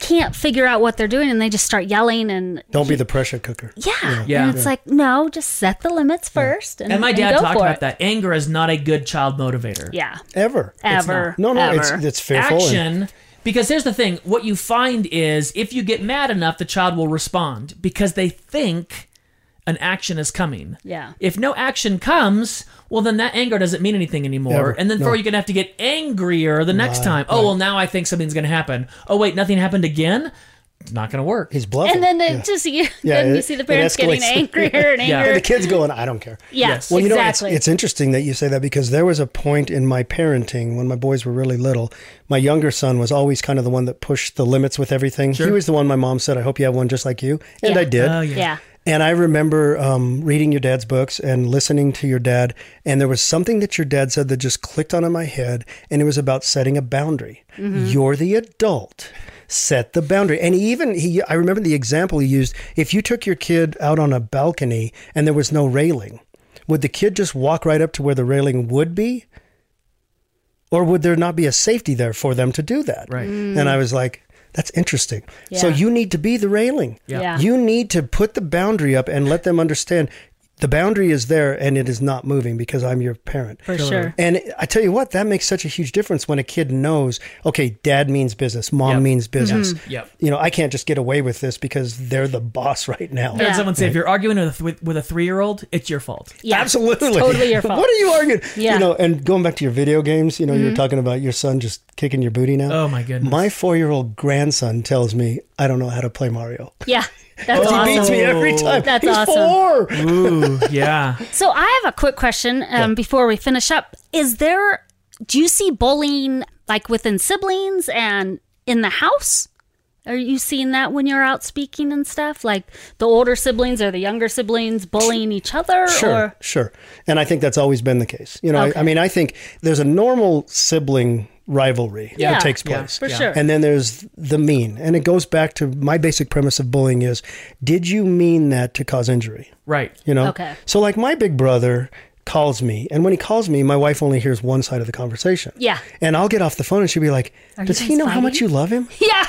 can't figure out what they're doing and they just start yelling and Don't be the pressure cooker. yeah, Yeah. and it's like no, just set the limits first. And, And my dad go talked for about it. that. Anger is not a good child motivator. Yeah, Ever. ever, No, no, ever. it's it's fearful. and- action because here's the thing what you find is if you get mad enough the child will respond because they think an action is coming Yeah. if no action comes well then that anger doesn't mean anything anymore Never. and then No. for you're gonna have to get angrier the next time oh well now i think something's gonna happen oh wait nothing happened again not gonna work He's bluffing. and then it Yeah. just you, Yeah, then it- you see the it parents getting escalates. angrier and Yeah. angrier. the kid's going, I don't care. Yes, Well, you exactly. know, it's, it's interesting that you say that because there was a point in my parenting when my boys were really little. My younger son was always kind of the one that pushed the limits with everything. He was the one my mom said, I hope you have one just like you. And Yeah. I did. Oh, yeah. And I remember um, reading your dad's books and listening to your dad. And there was something that your dad said that just clicked onto my head. And it was about setting a boundary. Mm-hmm. You're the adult. Set the boundary. And he even, he, I remember the example he used. If you took your kid out on a balcony and there was no railing, would the kid just walk right up to where the railing would be? Or would there not be a safety there for them to do that? Right. And I was like, that's interesting. So Mm. Yeah. you need to be the railing. Yeah. Yeah. You need to put the boundary up and let them understand the boundary is there and it is not moving because I'm your parent. for sure. And I tell you what, that makes such a huge difference when a kid knows, okay, dad means business, mom Yep. means Mm-hmm. business. Yep. You know, I can't just get away with this because they're the boss right now. I heard Yeah. someone say if you're arguing with, with, with a three-year-old it's your fault Yeah, Absolutely. It's totally your fault. What are you arguing? Yeah. Mm-hmm. You know, and going back to your video games, you know, you're talking about your son just kicking your booty now. Oh, my goodness. My four year old grandson tells me, I don't know how to play Mario. Yeah, that's Oh, He awesome. beats me every time. Oh. That's He's awesome. Mm-hmm. four. ooh yeah So I have a quick question um, before we finish up. Is there do you see bullying like within siblings and in the house? Are you seeing that when you're out speaking and stuff? Like the older siblings or the younger siblings bullying each other? Sure, Or sure. And I think that's always been the case. You know, Okay. I, I mean, I think there's a normal sibling rivalry Yeah. that takes Yeah, place. for sure. And then there's the mean. And it goes back to my basic premise of bullying is, did you mean that to cause injury? right You know? Okay. So like my big brother calls me and when he calls me, my wife only hears one side of the conversation. Yeah. And I'll get off the phone and she'll be like, you Does he guys know how much you fighting?" love him? yeah.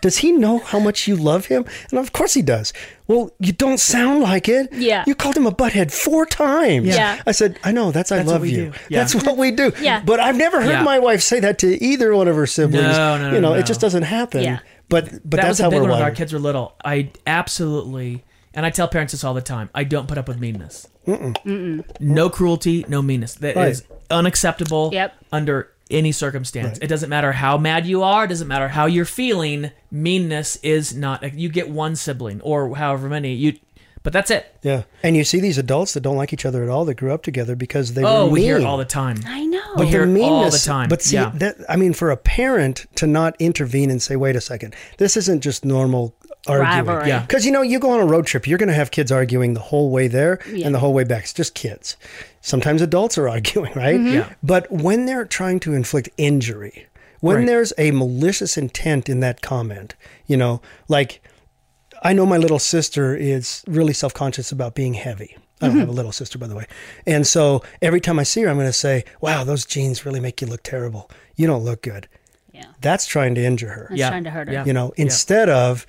Does he know how much you love him? And of course he does. Well, you don't sound like it. Yeah. You called him a butthead four times. Yeah. I said, I know, that's, I what love we you. do. Yeah. That's what we do. Yeah. But I've never heard Yeah. my wife say that to either one of her siblings. No, no, You no, no. know, it just doesn't happen. Yeah. But but that that's was a how big we're one when our wired. kids were little. I absolutely, and I tell parents this all the time. I don't put up with meanness. No cruelty, no meanness. That is Right. unacceptable. Yep. Under any circumstance, it doesn't matter how mad you are. It doesn't matter how you're feeling. Meanness is not. You get one sibling or however many you, but that's it. Yeah. And you see these adults that don't like each other at all that grew up together because they Oh, were we mean. hear it all the time. I know. We hear the it meanness, all the time. But see, yeah. that I mean, for a parent to not intervene and say, "Wait a second, this isn't just normal arguing." Rivalry. Yeah. because you know, you go on a road trip, you're going to have kids arguing the whole way there and the whole way back. It's just kids. Sometimes adults are arguing, right? Yeah. But when they're trying to inflict injury, when Right. there's a malicious intent in that comment, you know, like. I know my little sister is really self conscious about being heavy. I don't Mm-hmm. have a little sister, by the way. And so every time I see her, I'm going to say, wow, those jeans really make you look terrible. You don't look good. Yeah. That's trying to injure her, That's Yeah. trying to hurt her. Yeah. you know, instead of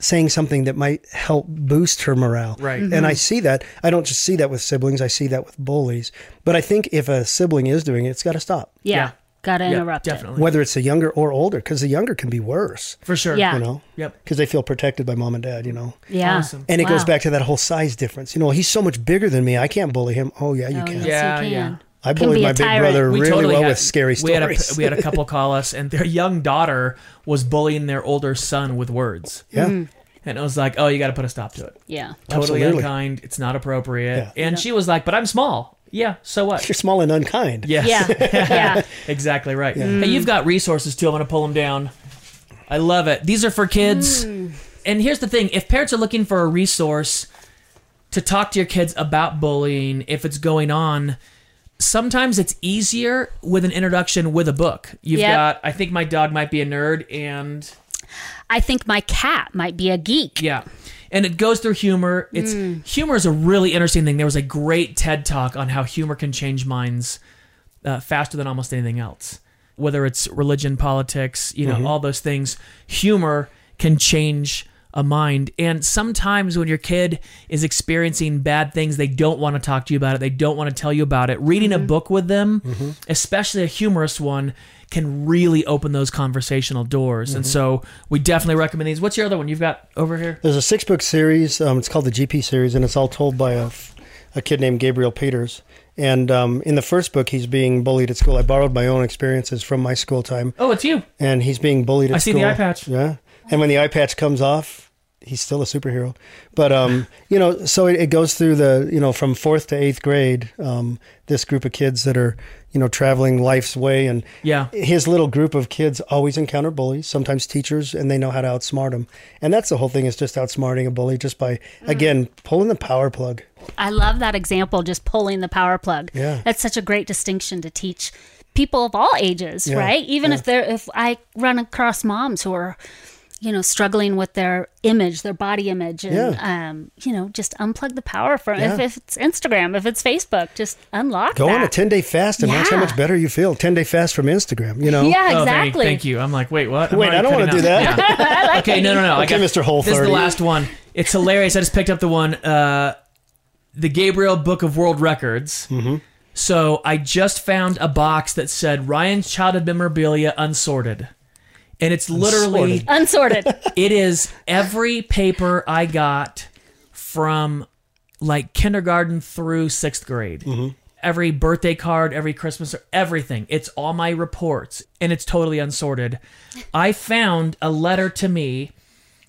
saying something that might help boost her morale. Right. Mm-hmm. And I see that. I don't just see that with siblings, I see that with bullies. But I think if a sibling is doing it, it's got to stop. Yeah. Yeah. got to Yep, interrupt it. definitely whether it's the younger or older, because the younger can be worse, for sure. Yeah. you know, Yep. because they feel protected by mom and dad, you know. Yeah. Awesome. And it goes Wow. back to that whole size difference. You know, he's so much bigger than me. I can't bully him. Oh yeah, you Oh, can. yes, Yeah, you yeah. can. I Can bullied be a my big tyrant. brother We really totally well had, with scary we had, a, stories. we had a couple call us, and their young daughter was bullying their older son with words, yeah. Mm. and it was like, "Oh, you got to put a stop to it. Yeah. Totally Absolutely. unkind. It's not appropriate." Yeah. And she was like, "But I'm small. Yeah, so what? You're small and unkind. Yes. Yeah. yeah. exactly right. Hey, you've got resources too. I'm going to pull them down. I love it. These are for kids. Hmm. And here's the thing if parents are looking for a resource to talk to your kids about bullying, if it's going on, sometimes it's easier with an introduction with a book. You've Yep. got, I think my dog might be a nerd, and I think my cat might be a geek. yeah. And it goes through humor. It's humor is a really interesting thing. There was a great TED talk on how humor can change minds uh, faster than almost anything else. Whether it's religion, politics, you know, all those things, humor can change a mind. And sometimes when your kid is experiencing bad things, they don't want to talk to you about it. They don't want to tell you about it. Reading a book with them, especially a humorous one, can really open those conversational doors. And so we definitely recommend these. What's your other one you've got over here? There's a six book series. Um, it's called the GP series, and it's all told by a, a kid named Gabriel Peters. And um, in the first book, he's being bullied at school. I borrowed my own experiences from my school time, Oh, it's you. and he's being bullied at I see school. the eye patch. Yeah. And when the eye patch comes off, he's still a superhero. But, um, you know, so it, it goes through the, you know, from fourth to eighth grade, um, this group of kids that are, you know, traveling life's way. And Yeah. his little group of kids always encounter bullies, sometimes teachers, and they know how to outsmart them. And that's the whole thing is just outsmarting a bully just by, Mm. again, pulling the power plug. I love that example, just pulling the power plug. Yeah. That's such a great distinction to teach people of all ages, Yeah, right? Even yeah. if they're if I run across moms who are, you know, struggling with their image, their body image and um, you know, just unplug the power from if, Yeah. if it's Instagram, if it's Facebook, just unlock Go that. on a 10 day fast and watch how Yeah. much better you feel. 10 day fast from Instagram, you know? Yeah, Oh, thank- exactly. Thank, you. I'm like, wait, what? I'm Wait, already I don't want to cutting do out. that. okay, no, no, no. I Okay, got- Mr. Whole This is the 30. last one. It's hilarious. I just picked up the one, uh, the Gabriel Book of World Records. Mm-hmm. So I just found a box that said Ryan's childhood memorabilia unsorted, and it's literally Unsorted. it is every paper I got from like kindergarten through sixth grade. Every birthday card, every Christmas, everything. It's all my reports and it's totally unsorted. I found a letter to me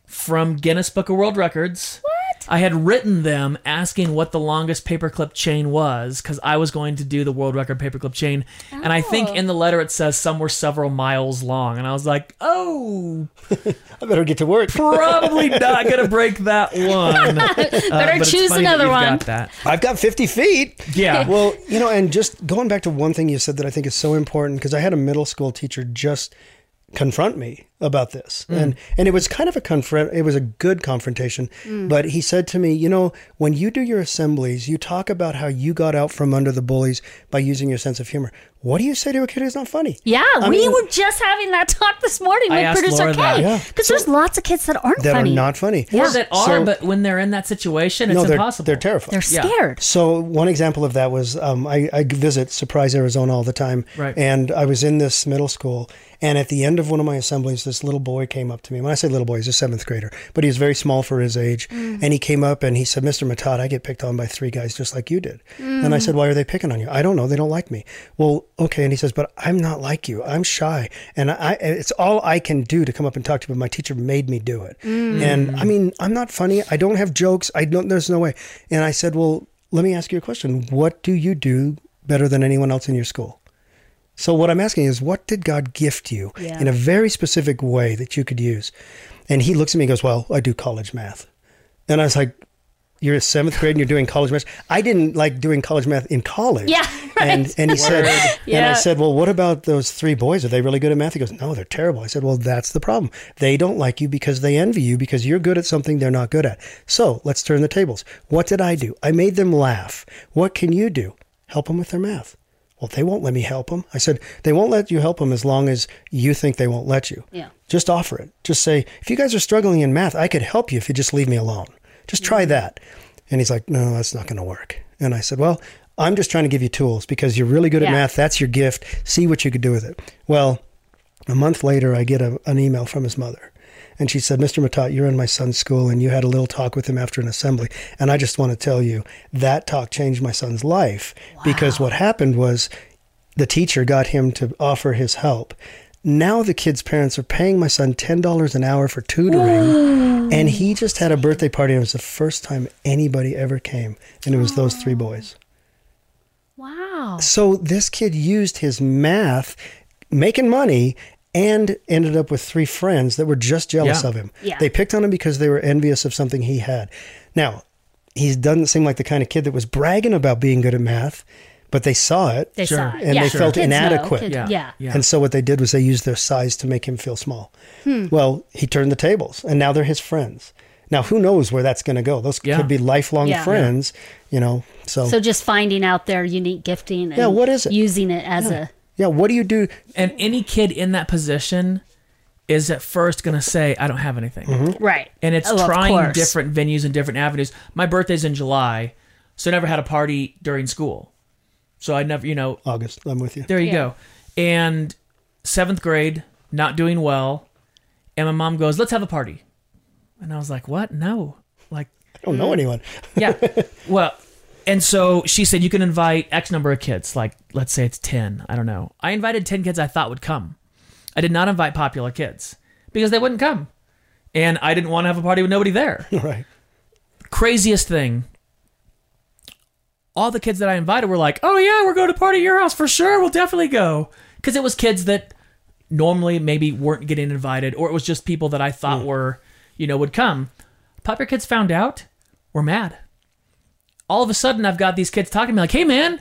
from Guinness Book of World Records. What? I had written them asking what the longest paperclip chain was because I was going to do the world record paperclip chain. And I think in the letter it says some were several miles long. And I was like, oh, I better get to work. probably not gonna break that one. Better choose another one. I've got 50 feet. Yeah. Well, you know, and just going back to one thing you said that I think is so important because I had a middle school teacher just confront me about this. And and it was kind of a confront it was a good confrontation, but he said to me, "You know, when you do your assemblies, you talk about how you got out from under the bullies by using your sense of humor. What do you say to a kid who's not funny?" Yeah, I we mean- were just having that talk this morning I with asked producer Laura that. Kay. Yeah. Because there's lots of kids that aren't That funny. are not funny. Or that are, So- but when they're in that situation, it's no, they're, impossible. they're terrified. They're Yeah. scared. So one example of that was um, I, I visit Surprise, Arizona all the time, Right. and I was in this middle school, and at the end of one of my assemblies, this little boy came up to me. When I say little boy, he's a seventh grader, but he was very small for his age, and he came up and he said, "Mr. Matad, I get picked on by three guys just like you did." And I said, "Why are they picking on you?" I don't know. They don't like me. Well, okay. And he says, "But I'm not like you. I'm shy, and I it's all I can do to come up and talk to you. But my teacher made me do it, and I mean, I'm not funny. I don't have jokes. I don't. There's no way." And I said, "Well." let me ask you a question. What do you do better than anyone else in your school? So, what I'm asking is, what did God gift you Yeah. in a very specific way that you could use? And he looks at me and goes, Well, I do college math. And I was like, You're in seventh grade and you're doing college math. I didn't like doing college math in college. Yeah, And, and he said, And I Yeah. said, Well, what about those three boys? Are they really good at math? He goes, No, they're terrible. I said, Well, that's the problem. They don't like you because they envy you because you're good at something they're not good at. So let's turn the tables. What did I do? I made them laugh. What can you do? Help them with their math. Well, they won't let me help them. I said, They won't let you help them as long as you think they won't let you. Yeah. Just offer it. Just say, If you guys are struggling in math, I could help you if you just leave me alone. Just try that. And he's like, No, that's not going to work. And I said, Well, I'm just trying to give you tools because you're really good at Yeah. math. That's your gift. See what you could do with it. Well, a month later, I get a, an email from his mother. And she said, Mr. Matat, you're in my son's school and you had a little talk with him after an assembly. And I just want to tell you that talk changed my son's life because what happened was the teacher got him to offer his help. Now the kid's parents are paying my son $10 an hour for tutoring. And he just had a birthday party. And it was the first time anybody ever came. And it was those three boys. Wow. So this kid used his math, making money, and ended up with three friends that were just jealous Yeah. of him. Yeah. They picked on him because they were envious of something he had. Now, he doesn't seem like the kind of kid that was bragging about being good at math, but they saw it. They saw it. And yeah. they felt Kids know. inadequate. Kids- Yeah. yeah. Yeah. And so what they did was they used their size to make him feel small. Hmm. Well, he turned the tables, and now they're his friends. Now who knows where that's going to go? Those Yeah. could be lifelong Yeah. friends, you know. So, So just finding out their unique gifting and Yeah, what is it? using it as a yeah, what do you do? And any kid in that position is at first going to say, I don't have anything. Mm-hmm. right. And it's Oh, of trying course. different venues and different avenues. My birthday's in July, so I never had a party during school. So I never, you know, August, I'm with you. there you go. And seventh grade, not doing well. And my mom goes, let's have a party. And I was like, what? No. Like, I don't know anyone. yeah. well, and so she said you can invite X number of kids, like let's say it's 10, I don't know. I invited 10 kids I thought would come. I did not invite popular kids because they wouldn't come. And I didn't want to have a party with nobody there. right. Craziest thing. All the kids that I invited were like, "Oh yeah, we're going to party at your house for sure. We'll definitely go." Cuz it was kids that normally maybe weren't getting invited or it was just people that I thought were, you know, would come. Popular kids found out, were mad all of a sudden I've got these kids talking to me like, "Hey man,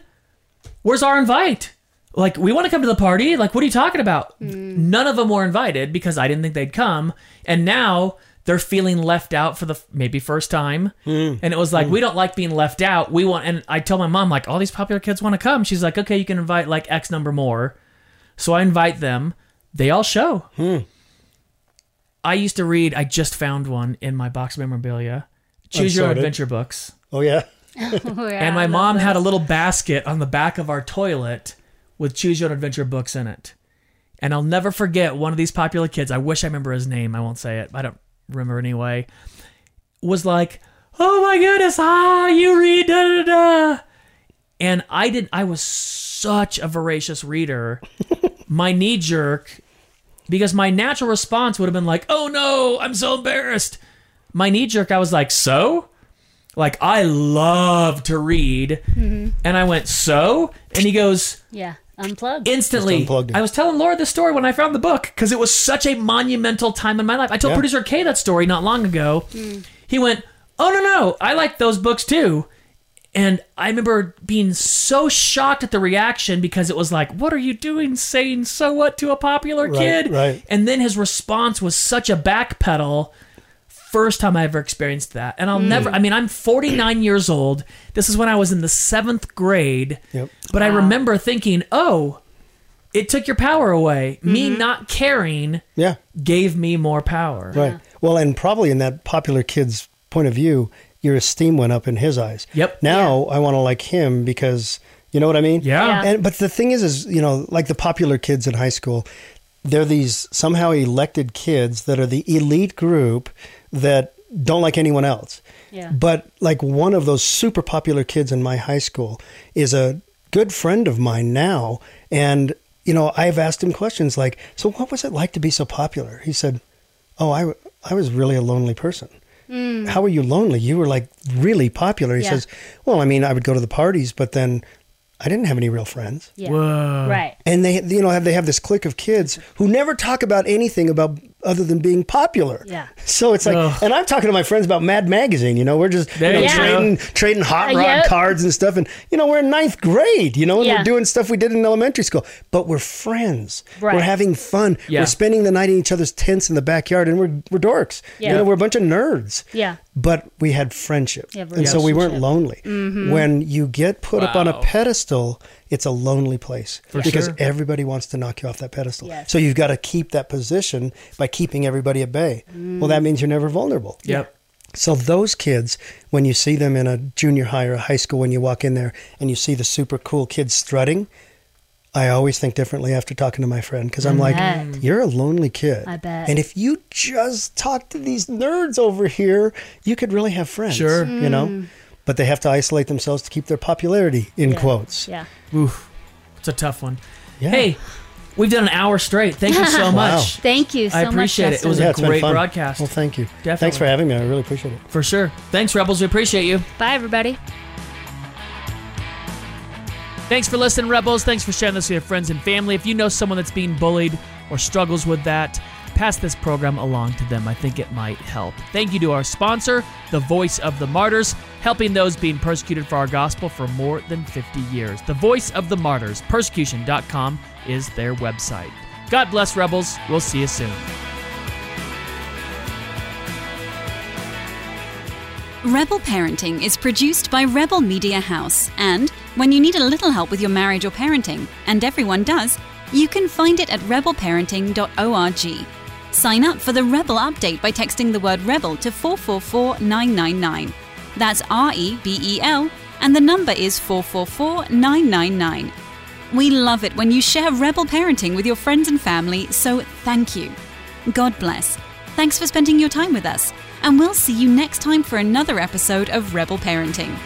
where's our invite? Like we want to come to the party. Like what are you talking about?" None of them were invited because I didn't think they'd come, and now they're feeling left out for the f- maybe first time. And it was like, "We don't like being left out. We want." And I tell my mom like, "All these popular kids want to come." She's like, "Okay, you can invite like X number more." So I invite them. They all show. I used to read. I just found one in my box of memorabilia. Choose your own Unsorted. adventure books. Oh yeah. Yeah, And my I love mom that. had a little basket on the back of our toilet with Choose Your Own Adventure books in it. And I'll never forget one of these popular kids. I wish I remember his name. I won't say it. I don't remember anyway. Was like, oh my goodness, ah, you read da da da. And I didn't. I was such a voracious reader. my knee jerk, because my natural response would have been like, oh no, I'm so embarrassed. My knee jerk, I was like, so like I love to read, and I went so, and he goes yeah unplugged. instantly. Just unplugged him. I was telling Laura this story when I found the book because it was such a monumental time in my life. I told Yeah. producer Kay that story not long ago. He went, oh no no, I like those books too, and I remember being so shocked at the reaction because it was like, what are you doing saying so what to a popular Right, kid? right. And then his response was such a backpedal first time I ever experienced that. And I'll Hmm. never, I mean, I'm 49 years old. This is when I was in the seventh grade. Yep. But I remember thinking, oh, it took your power away. Me not caring Yeah. gave me more power. Right. Well, and probably in that popular kid's point of view, your esteem went up in his eyes. Yep. Now I want to like him because you know what I mean? Yeah. And but the thing is is, you know, like the popular kids in high school, they're these somehow elected kids that are the elite group that don't like anyone else. Yeah. But like one of those super popular kids in my high school is a good friend of mine now and you know, I've asked him questions like, "So what was it like to be so popular?" He said, "Oh, I w- I was really a lonely person." How were you lonely? You were like really popular. He Mm. Yeah. says, "Well, I mean, I would go to the parties, but then I didn't have any real friends." yeah. Whoa. Right. and they you know have they have this clique of kids who never talk about anything about other than being popular. Yeah. So it's like, Ugh. and I'm talking to my friends about Mad Magazine. You know, we're just you There know, you go. trading trading hot Uh, rod yep. cards and stuff, and you know we're in ninth grade. You know, and Yeah. we're doing stuff we did in elementary school, but we're friends. We're Right. having fun. Yeah. We're spending the night in each other's tents in the backyard, and we're we're dorks. Yeah. You know, we're a bunch of nerds Yeah. but we had friendship. Yeah, Mm-hmm. and so we weren't lonely. When you get put up on a Wow. pedestal, it's a lonely place because sure. everybody wants to knock you off that pedestal. Yes. So you've Mm. got to keep that position by keeping everybody at bay. Well, that means you're never vulnerable. Yep. So those kids, when you see them in a junior high or a high school, when you walk in there and you see the super cool kids strutting, I always think differently after talking to my friend because I'm like, Mm. bet. you're a lonely kid. Mm-hmm. I bet. And if you just talk to these nerds over here, you could really have friends. Sure. You know? But they have to isolate themselves to keep their popularity, in Mm. Yeah. quotes. Yeah. Oof, it's a tough one. Yeah. Hey, we've done an hour straight. Thank you so Wow. much. Thank you so I much. appreciate it. It Justin. was a Yeah, it's been great fun. broadcast. Well, thank you. Thanks Definitely. for having me. I really appreciate it. For sure. Thanks, Rebels. We appreciate you. Bye, everybody. Thanks for listening, Rebels. Thanks for sharing this with your friends and family. If you know someone that's being bullied or struggles with that, pass this program along to them. I think it might help. Thank you to our sponsor, The Voice of the Martyrs, helping those being persecuted for our gospel for more than 50 years. The Voice of the Martyrs, persecution.com is their website. God bless, Rebels. We'll see you soon. Rebel Parenting is produced by Rebel Media House, and when you need a little help with your marriage or parenting, and everyone does, you can find it at rebelparenting.org. Sign up for the Rebel Update by texting the word Rebel to 444999. That's R E B E L, and the number is 444999. We love it when you share Rebel Parenting with your friends and family, so thank you. God bless. Thanks for spending your time with us, and we'll see you next time for another episode of Rebel Parenting.